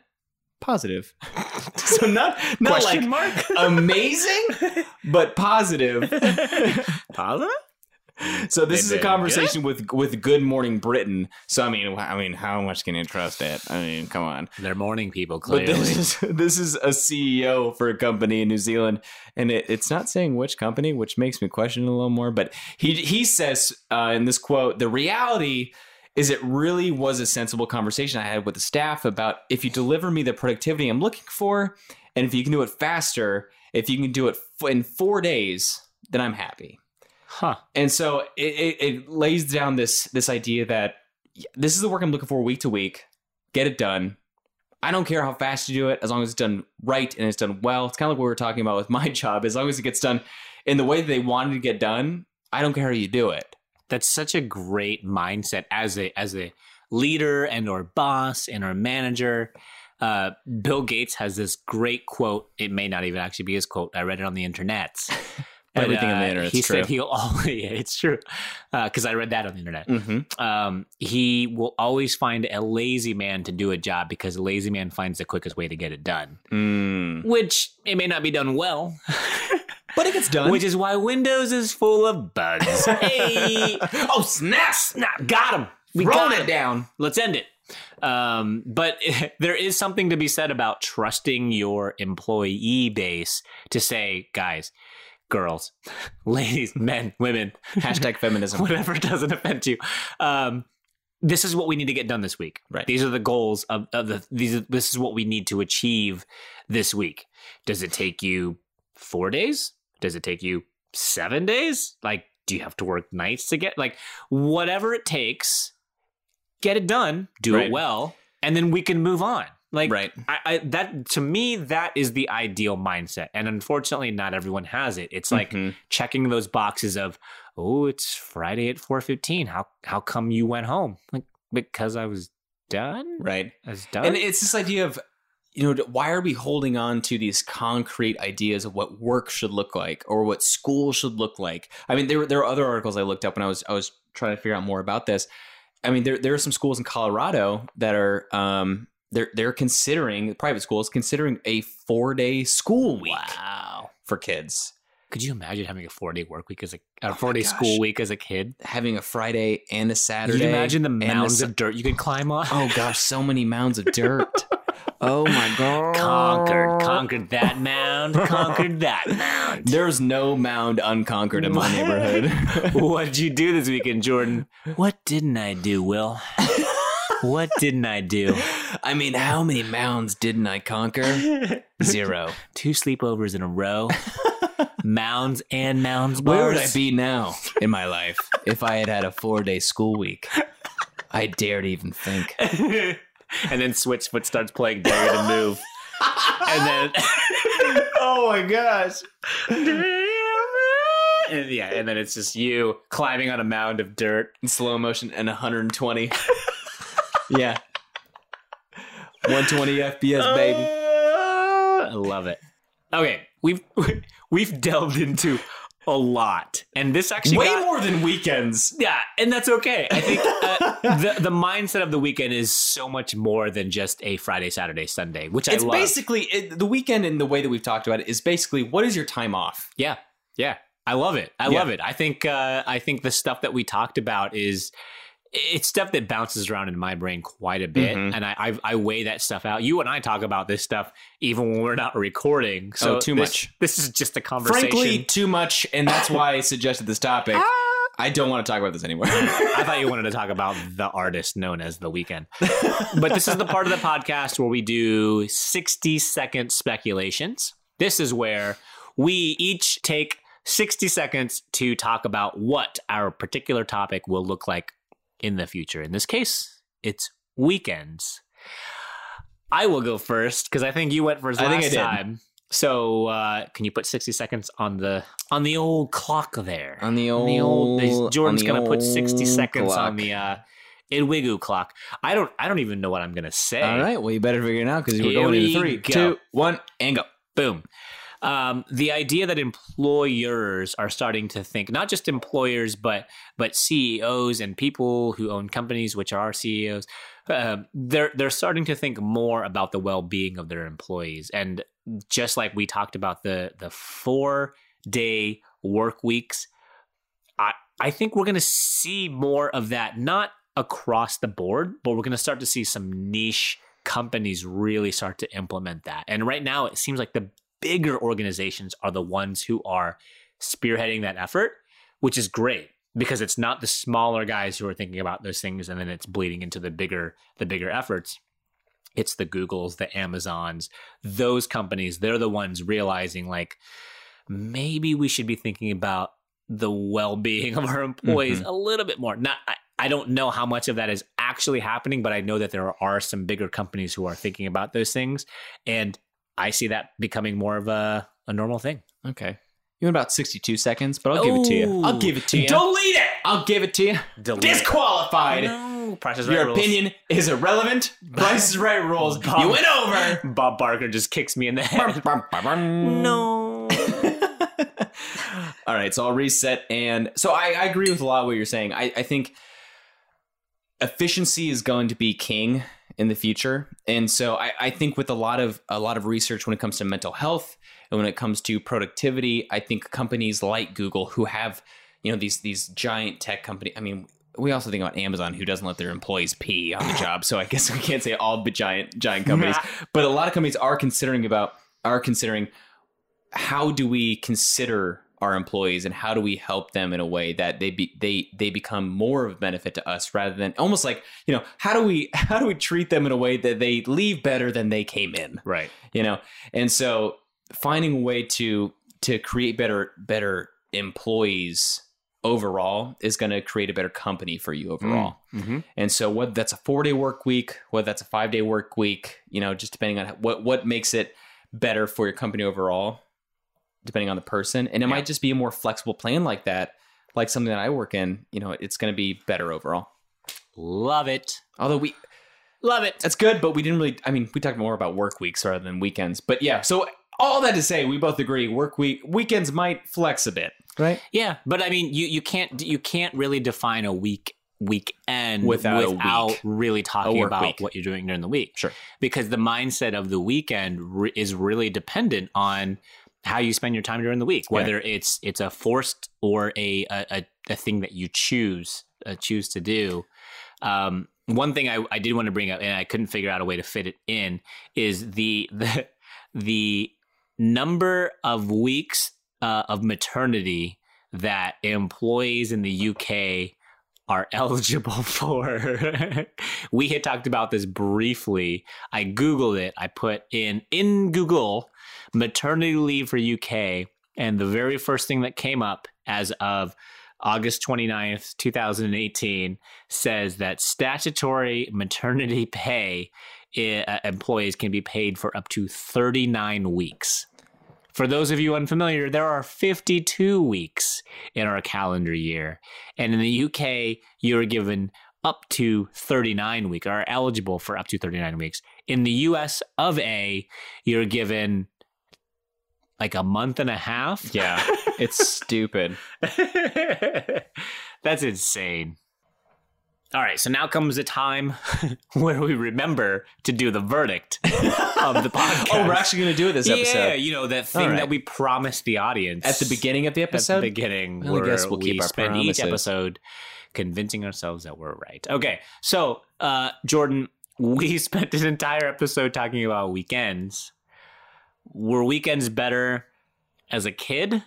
[SPEAKER 3] positive. [LAUGHS] so not not
[SPEAKER 1] Question
[SPEAKER 3] [LAUGHS] like amazing, but positive.
[SPEAKER 1] Paula?
[SPEAKER 3] So this is
[SPEAKER 1] They've
[SPEAKER 3] a
[SPEAKER 1] been
[SPEAKER 3] conversation with with Good Morning Britain. So I mean, wh- I mean, how much can you trust it? I mean, come on.
[SPEAKER 1] They're morning people,
[SPEAKER 3] But
[SPEAKER 1] clearly.
[SPEAKER 3] this is [LAUGHS] this is a CEO for a company in New Zealand, and it, it's not saying which company, which makes me question it a little more. But he he says uh, in this quote, the reality is it really was a sensible conversation I had with the staff about if you deliver me the productivity I'm looking for, and if you can do it faster, if you can do it f- in four days, then I'm happy
[SPEAKER 1] huh.
[SPEAKER 3] and so it, it, it lays down this this idea that yeah, this is the work I'm looking for week to week. Get it done. I don't care how fast you do it, as long as it's done right and it's done well. It's kind of like what we were talking about with my [LAUGHS] job. As long as it gets done in the way that they wanted to get done, I don't care how you do it.
[SPEAKER 1] That's such a great mindset as a as a leader and or boss and or manager. Uh, Bill Gates has this great quote. It may not even actually be his quote. I read it on the internet.
[SPEAKER 3] [LAUGHS]
[SPEAKER 1] uh,
[SPEAKER 3] Everything on the internet's
[SPEAKER 1] He
[SPEAKER 3] true.
[SPEAKER 1] said he'll always. [LAUGHS] Yeah, it's true because I read that on the internet.
[SPEAKER 3] Mm-hmm.
[SPEAKER 1] um, he will always find a lazy man to do a job because a lazy man finds the quickest way to get it done,
[SPEAKER 3] Mm.
[SPEAKER 1] which it may not be done well,
[SPEAKER 3] But it gets done.
[SPEAKER 1] which is why Windows is full of
[SPEAKER 3] [LAUGHS]
[SPEAKER 1] bugs. hey,
[SPEAKER 3] oh snap! Snap!
[SPEAKER 1] got him. We
[SPEAKER 3] Throwing
[SPEAKER 1] got
[SPEAKER 3] it
[SPEAKER 1] it.
[SPEAKER 3] down.
[SPEAKER 1] Let's end it. Um, but [LAUGHS] there is something to be said about trusting your employee base to say, guys, girls, [LAUGHS] ladies, men, women,
[SPEAKER 3] [LAUGHS] Hashtag
[SPEAKER 1] [LAUGHS]
[SPEAKER 3] feminism.
[SPEAKER 1] whatever doesn't offend you. Um, this is what we need to get done this week.
[SPEAKER 3] Right.
[SPEAKER 1] These are the goals of, of the these are- this is what we need to achieve this week. Does it take you 4 days? Does it take you 7 days? Like do you have to work nights to get like whatever it takes get it done, do it
[SPEAKER 3] Right.
[SPEAKER 1] well, and then we can move on. Like
[SPEAKER 3] right.
[SPEAKER 1] I, I that to me that is the ideal mindset and unfortunately not everyone has it it's like
[SPEAKER 3] Mhm.
[SPEAKER 1] checking those boxes of oh it's friday at 4.15 how how come you went home like because i was done
[SPEAKER 3] right.
[SPEAKER 1] i was done
[SPEAKER 3] And it's this idea of, you know, why are we holding on to these concrete ideas of what work should look like or what school should look like? I mean, there were- there are other articles I looked up when I was I was trying to figure out more about this. I mean, there there are some schools in Colorado that are um they're they're considering private schools considering a four day school week
[SPEAKER 1] wow
[SPEAKER 3] for kids,
[SPEAKER 1] could you imagine having a four-day work week as a, a four-day
[SPEAKER 3] Oh gosh.
[SPEAKER 1] school week as a kid
[SPEAKER 3] having a Friday and a Saturday.
[SPEAKER 1] could you imagine the
[SPEAKER 3] the
[SPEAKER 1] mounds
[SPEAKER 3] sun-
[SPEAKER 1] of dirt you could climb on
[SPEAKER 3] Oh gosh, so many mounds of dirt.
[SPEAKER 1] [LAUGHS]
[SPEAKER 3] oh my god,
[SPEAKER 1] conquered conquered that mound conquered that mound
[SPEAKER 3] There's no mound unconquered in my
[SPEAKER 1] [LAUGHS]
[SPEAKER 3] neighborhood.
[SPEAKER 1] What'd you do this weekend, Jordan? What didn't I do, Will? What didn't I do?
[SPEAKER 3] I mean, how many mounds didn't I conquer?
[SPEAKER 1] [LAUGHS]
[SPEAKER 3] Zero.
[SPEAKER 1] Two sleepovers in a
[SPEAKER 3] [LAUGHS]
[SPEAKER 1] row, mounds and mounds bars.
[SPEAKER 3] Where would I be now in my life if I had had a four day school week? I dare to even think.
[SPEAKER 1] [LAUGHS] and then Switchfoot starts playing Dare to Move. and then,
[SPEAKER 3] Oh my gosh.
[SPEAKER 1] and yeah, and then it's just you climbing on a mound of dirt.
[SPEAKER 3] [LAUGHS] In slow motion
[SPEAKER 1] [LAUGHS]
[SPEAKER 3] and 120. yeah. 120 FPS, baby.
[SPEAKER 1] I love it. Okay, we've [LAUGHS] we've delved into a lot, and this actually
[SPEAKER 3] Way
[SPEAKER 1] got-
[SPEAKER 3] more than weekends.
[SPEAKER 1] Yeah, and that's okay. I think
[SPEAKER 3] [LAUGHS]
[SPEAKER 1] uh, the the mindset of the weekend is so much more than just a Friday, Saturday, Sunday, which
[SPEAKER 3] It's
[SPEAKER 1] I love.
[SPEAKER 3] basically it, the weekend in the way that we've talked about it is basically what is your time off?
[SPEAKER 1] yeah, yeah, I love it. I
[SPEAKER 3] Yeah.
[SPEAKER 1] love it. I think uh, I think the stuff that we talked about is it's stuff that bounces around in my brain quite a bit,
[SPEAKER 3] Mhm.
[SPEAKER 1] and I, I I weigh that stuff out. You and I talk about this stuff even when we're not recording. So
[SPEAKER 3] Oh, too
[SPEAKER 1] this-
[SPEAKER 3] much.
[SPEAKER 1] This is just a conversation.
[SPEAKER 3] Frankly, too much, and that's why I suggested this topic. I don't want to talk about this anymore.
[SPEAKER 1] I thought you wanted to talk about the artist known as The Weeknd. But this is the part of the podcast where we do 60 second speculations. This is where we each take 60 seconds to talk about what our particular topic will look like in the future. In this case, it's weekends. I will go first because I think you went first
[SPEAKER 3] I
[SPEAKER 1] last
[SPEAKER 3] think I did.
[SPEAKER 1] time. So uh, can you put 60 seconds on the on the old clock there?
[SPEAKER 3] [LAUGHS] on the
[SPEAKER 1] on
[SPEAKER 3] old,
[SPEAKER 1] the old this- Jordan's
[SPEAKER 3] on the
[SPEAKER 1] gonna put sixty
[SPEAKER 3] old
[SPEAKER 1] seconds
[SPEAKER 3] clock.
[SPEAKER 1] on the uh Idwigu clock. I don't I don't even know what I'm gonna say.
[SPEAKER 3] All right, well, you better figure it out because we're
[SPEAKER 1] Here
[SPEAKER 3] going
[SPEAKER 1] we
[SPEAKER 3] into three,
[SPEAKER 1] go.
[SPEAKER 3] two, one, and go.
[SPEAKER 1] Boom. Um, the idea that employers are starting to think not just employers but but CEOs and people who own companies which are CEOs um, they're they're starting to think more about the well-being of their employees and just like we talked about the the four day work weeks I I think we're going to see more of that not across the board but we're going to start to see some niche companies really start to implement that and right now it seems like the bigger organizations are the ones who are spearheading that effort which is great because it's not the smaller guys who are thinking about those things and then it's bleeding into the bigger the bigger efforts it's the googles the amazons those companies they're the ones realizing like maybe we should be thinking about the well-being of our employees a little bit more not I, I don't know how much of that is actually happening but i know that there are some bigger companies who are thinking about those things and i see that becoming more of a, a normal thing
[SPEAKER 3] Okay, you went about sixty-two seconds, but I'll give it to you.
[SPEAKER 1] Ooh.
[SPEAKER 3] I'll give it to you.
[SPEAKER 1] Delete
[SPEAKER 3] it. I'll give it to you. [LAUGHS] Disqualified.
[SPEAKER 1] no. Price is Right
[SPEAKER 3] Your
[SPEAKER 1] rules.
[SPEAKER 3] opinion is [LAUGHS] irrelevant. Price is right [LAUGHS] rules.
[SPEAKER 1] Bob-
[SPEAKER 3] You went over.
[SPEAKER 1] Bob Barker just kicks me in the [LAUGHS] head. no.
[SPEAKER 3] All right, so I'll reset. And so I, I agree with a lot of what you're saying. I, I think efficiency is going to be king in the future. And so I, I think with a lot of a lot of research when it comes to mental health and when it comes to productivity, I think companies like Google who have, you know, these these giant tech company I mean we also think about Amazon, who doesn't let their employees pee on the job. So I guess we can't say all the giant giant companies, but a lot of companies are considering about are considering how do we consider our employees and how do we help them in a way that they be they they become more of a benefit to us rather than almost like you know how do we [LAUGHS] how do we treat them in a way that they leave better than they came in
[SPEAKER 1] Right.
[SPEAKER 3] you know and so finding a way to to create better better employees overall is going to create a better company for you overall
[SPEAKER 1] Mm-hmm.
[SPEAKER 3] and so whether that's a four day work week, whether that's a five day work week, you know, just depending on what what makes it better for your company overall, depending on the person. And it might just be a more flexible plan like that, like something that I work in. You know, it's going to be better overall.
[SPEAKER 1] Love it.
[SPEAKER 3] Although we
[SPEAKER 1] Love it.
[SPEAKER 3] that's good, but we didn't really. I mean, we talked more about work weeks rather than weekends. But yeah, so all that to say, we both agree work week weekends might flex a bit, right?
[SPEAKER 1] Yeah, but I mean, you you can't you can't really define a week weekend
[SPEAKER 3] Without a
[SPEAKER 1] without
[SPEAKER 3] week.
[SPEAKER 1] really talking
[SPEAKER 3] work
[SPEAKER 1] about
[SPEAKER 3] week.
[SPEAKER 1] what you're doing during the week.
[SPEAKER 3] Sure.
[SPEAKER 1] because the mindset of the weekend re- is really dependent on how you spend your time during the week, whether it's it's a forced or a a, a, a thing that you choose uh, choose to do. Um, one thing I, I did want to bring up, and I couldn't figure out a way to fit it in, is the [LAUGHS] the the number of weeks uh, of maternity that employees in the UK are [LAUGHS] eligible for. [LAUGHS] we had talked about this briefly. I Googled it. I put in in Google maternity leave for UK, and the very first thing that came up as of August 29th, 2018, says that statutory maternity pay uh, employees can be paid for up to 39 weeks. For those of you unfamiliar, there are 52 weeks in our calendar year. And in the UK, you're given up to 39 weeks, are eligible for up to 39 weeks. In the US of A, you're given like a month and a half.
[SPEAKER 3] Yeah, [LAUGHS] it's stupid.
[SPEAKER 1] [LAUGHS] That's insane. All right, so now comes the time [LAUGHS] where we remember to do the verdict of the podcast.
[SPEAKER 3] [LAUGHS] Oh, we're actually going to do it this episode.
[SPEAKER 1] Yeah, you know that thing
[SPEAKER 3] All right.
[SPEAKER 1] that we promised the audience
[SPEAKER 3] At the beginning of the
[SPEAKER 1] at the
[SPEAKER 3] episode,
[SPEAKER 1] beginning.
[SPEAKER 3] Well, I
[SPEAKER 1] where
[SPEAKER 3] guess we'll
[SPEAKER 1] we
[SPEAKER 3] keep our
[SPEAKER 1] spend
[SPEAKER 3] promises.
[SPEAKER 1] each episode convincing ourselves that we're right. Okay, so uh, Jordan, [LAUGHS] we spent this entire episode talking about weekends. Were weekends better as a kid,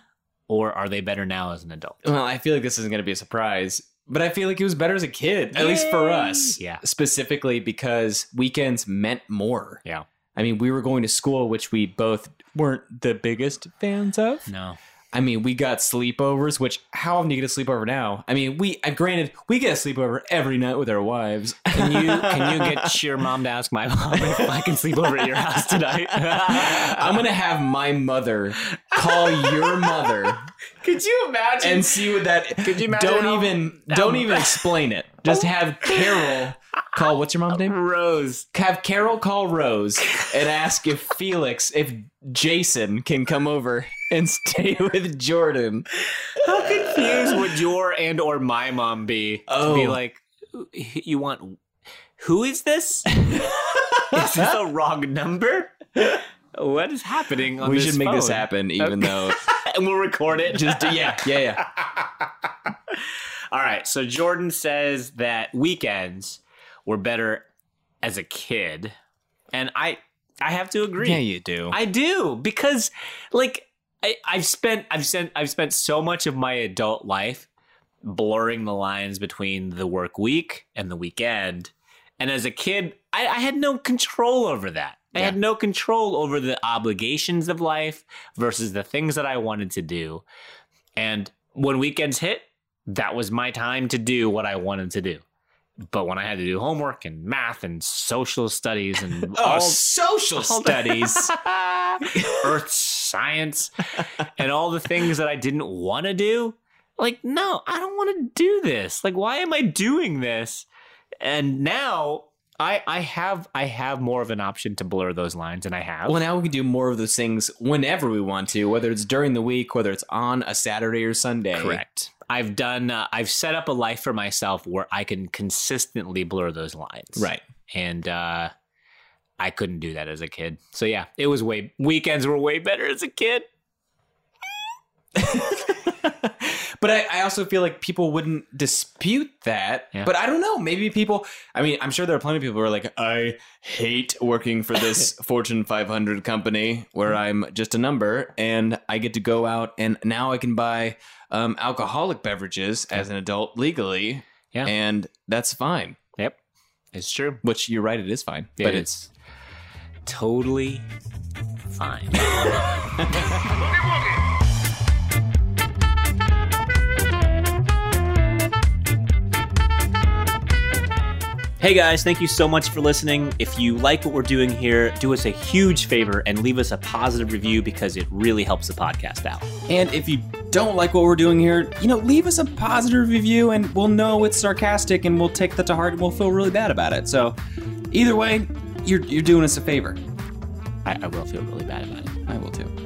[SPEAKER 1] or are they better now as an adult?
[SPEAKER 3] Well, I feel like this isn't going to be a surprise, but I feel like it was better as a kid, at least for us.
[SPEAKER 1] Yeah.
[SPEAKER 3] Specifically because weekends meant more.
[SPEAKER 1] Yeah.
[SPEAKER 3] I mean, we were going to school, which we both weren't the biggest fans of.
[SPEAKER 1] No.
[SPEAKER 3] I mean, we got sleepovers, which how often do you get a sleepover now? I mean, we, uh, granted, we get a sleepover every night with our wives. [LAUGHS]
[SPEAKER 1] Can you can you get your mom to ask my mom if I can sleep over at your house tonight?
[SPEAKER 3] [LAUGHS] I'm going to have my mother call your mother
[SPEAKER 1] [LAUGHS] Could you imagine?
[SPEAKER 3] and see what that.
[SPEAKER 1] Could you imagine
[SPEAKER 3] don't
[SPEAKER 1] how-
[SPEAKER 3] even don't
[SPEAKER 1] [LAUGHS]
[SPEAKER 3] even explain it. Just have Carol call. What's your mom's name?
[SPEAKER 1] Rose.
[SPEAKER 3] have Carol call Rose and ask if Felix, if Jason can come over and stay with Jordan.
[SPEAKER 1] How
[SPEAKER 3] [LAUGHS]
[SPEAKER 1] confused would your and or my mom be to
[SPEAKER 3] Oh.
[SPEAKER 1] be like, you want who is
[SPEAKER 3] [LAUGHS]
[SPEAKER 1] this? is this a wrong number? What is happening on
[SPEAKER 3] we
[SPEAKER 1] this
[SPEAKER 3] should make this
[SPEAKER 1] phone?
[SPEAKER 3] happen, even though
[SPEAKER 1] and we'll record it.
[SPEAKER 3] just yeah, yeah, yeah.
[SPEAKER 1] [LAUGHS] All right. So Jordan says that weekends were better as a kid, and I I have to agree.
[SPEAKER 3] you do.
[SPEAKER 1] I do because like I, I've spent I've spent I've spent so much of my adult life blurring the lines between the work week and the weekend. And as a kid, I, I had no control over that. I had no control over the obligations of life versus the things that I wanted to do. And when weekends hit, that was my time to do what I wanted to do. But when I had to do homework and math and social studies and
[SPEAKER 3] [LAUGHS] Oh,
[SPEAKER 1] all
[SPEAKER 3] social studies.
[SPEAKER 1] [LAUGHS] earth science and all the things that I didn't want to do. Like, no, I don't want to do this. Like, why am I doing this? And now I I have I have more of an option to blur those lines and I have.
[SPEAKER 3] well, now we can do more of those things whenever we want to, whether it's during the week, whether it's on a Saturday or Sunday.
[SPEAKER 1] Correct. I've done uh, I've set up a life for myself where I can consistently blur those lines.
[SPEAKER 3] Right. [LAUGHS]
[SPEAKER 1] And uh I couldn't do that as a kid. So yeah, it was way weekends were way better as a kid.
[SPEAKER 3] But I, I also feel like people wouldn't dispute that.
[SPEAKER 1] Yeah.
[SPEAKER 3] But I don't know. Maybe people. I mean, I'm sure there are plenty of people who are like, I hate working for this Fortune 500 company where I'm just a number and I get to go out and now I can buy um, alcoholic beverages as an adult legally.
[SPEAKER 1] Yeah.
[SPEAKER 3] And that's fine.
[SPEAKER 1] Yep, it's true.
[SPEAKER 3] Which you're right, it is fine.
[SPEAKER 1] It
[SPEAKER 3] but
[SPEAKER 1] is.
[SPEAKER 3] it's
[SPEAKER 1] Totally fine.
[SPEAKER 5] Boogie woogie.
[SPEAKER 1] Hey guys, thank you so much for listening. If you like what we're doing here, do us a huge favor and leave us a positive review because it really helps the podcast out.
[SPEAKER 3] And if you don't like what we're doing here, you know, leave us a positive review and we'll know it's sarcastic and we'll take that to heart and we'll feel really bad about it. So either way, you're, you're doing us a favor.
[SPEAKER 1] I, I will feel really bad about it.
[SPEAKER 3] I will too.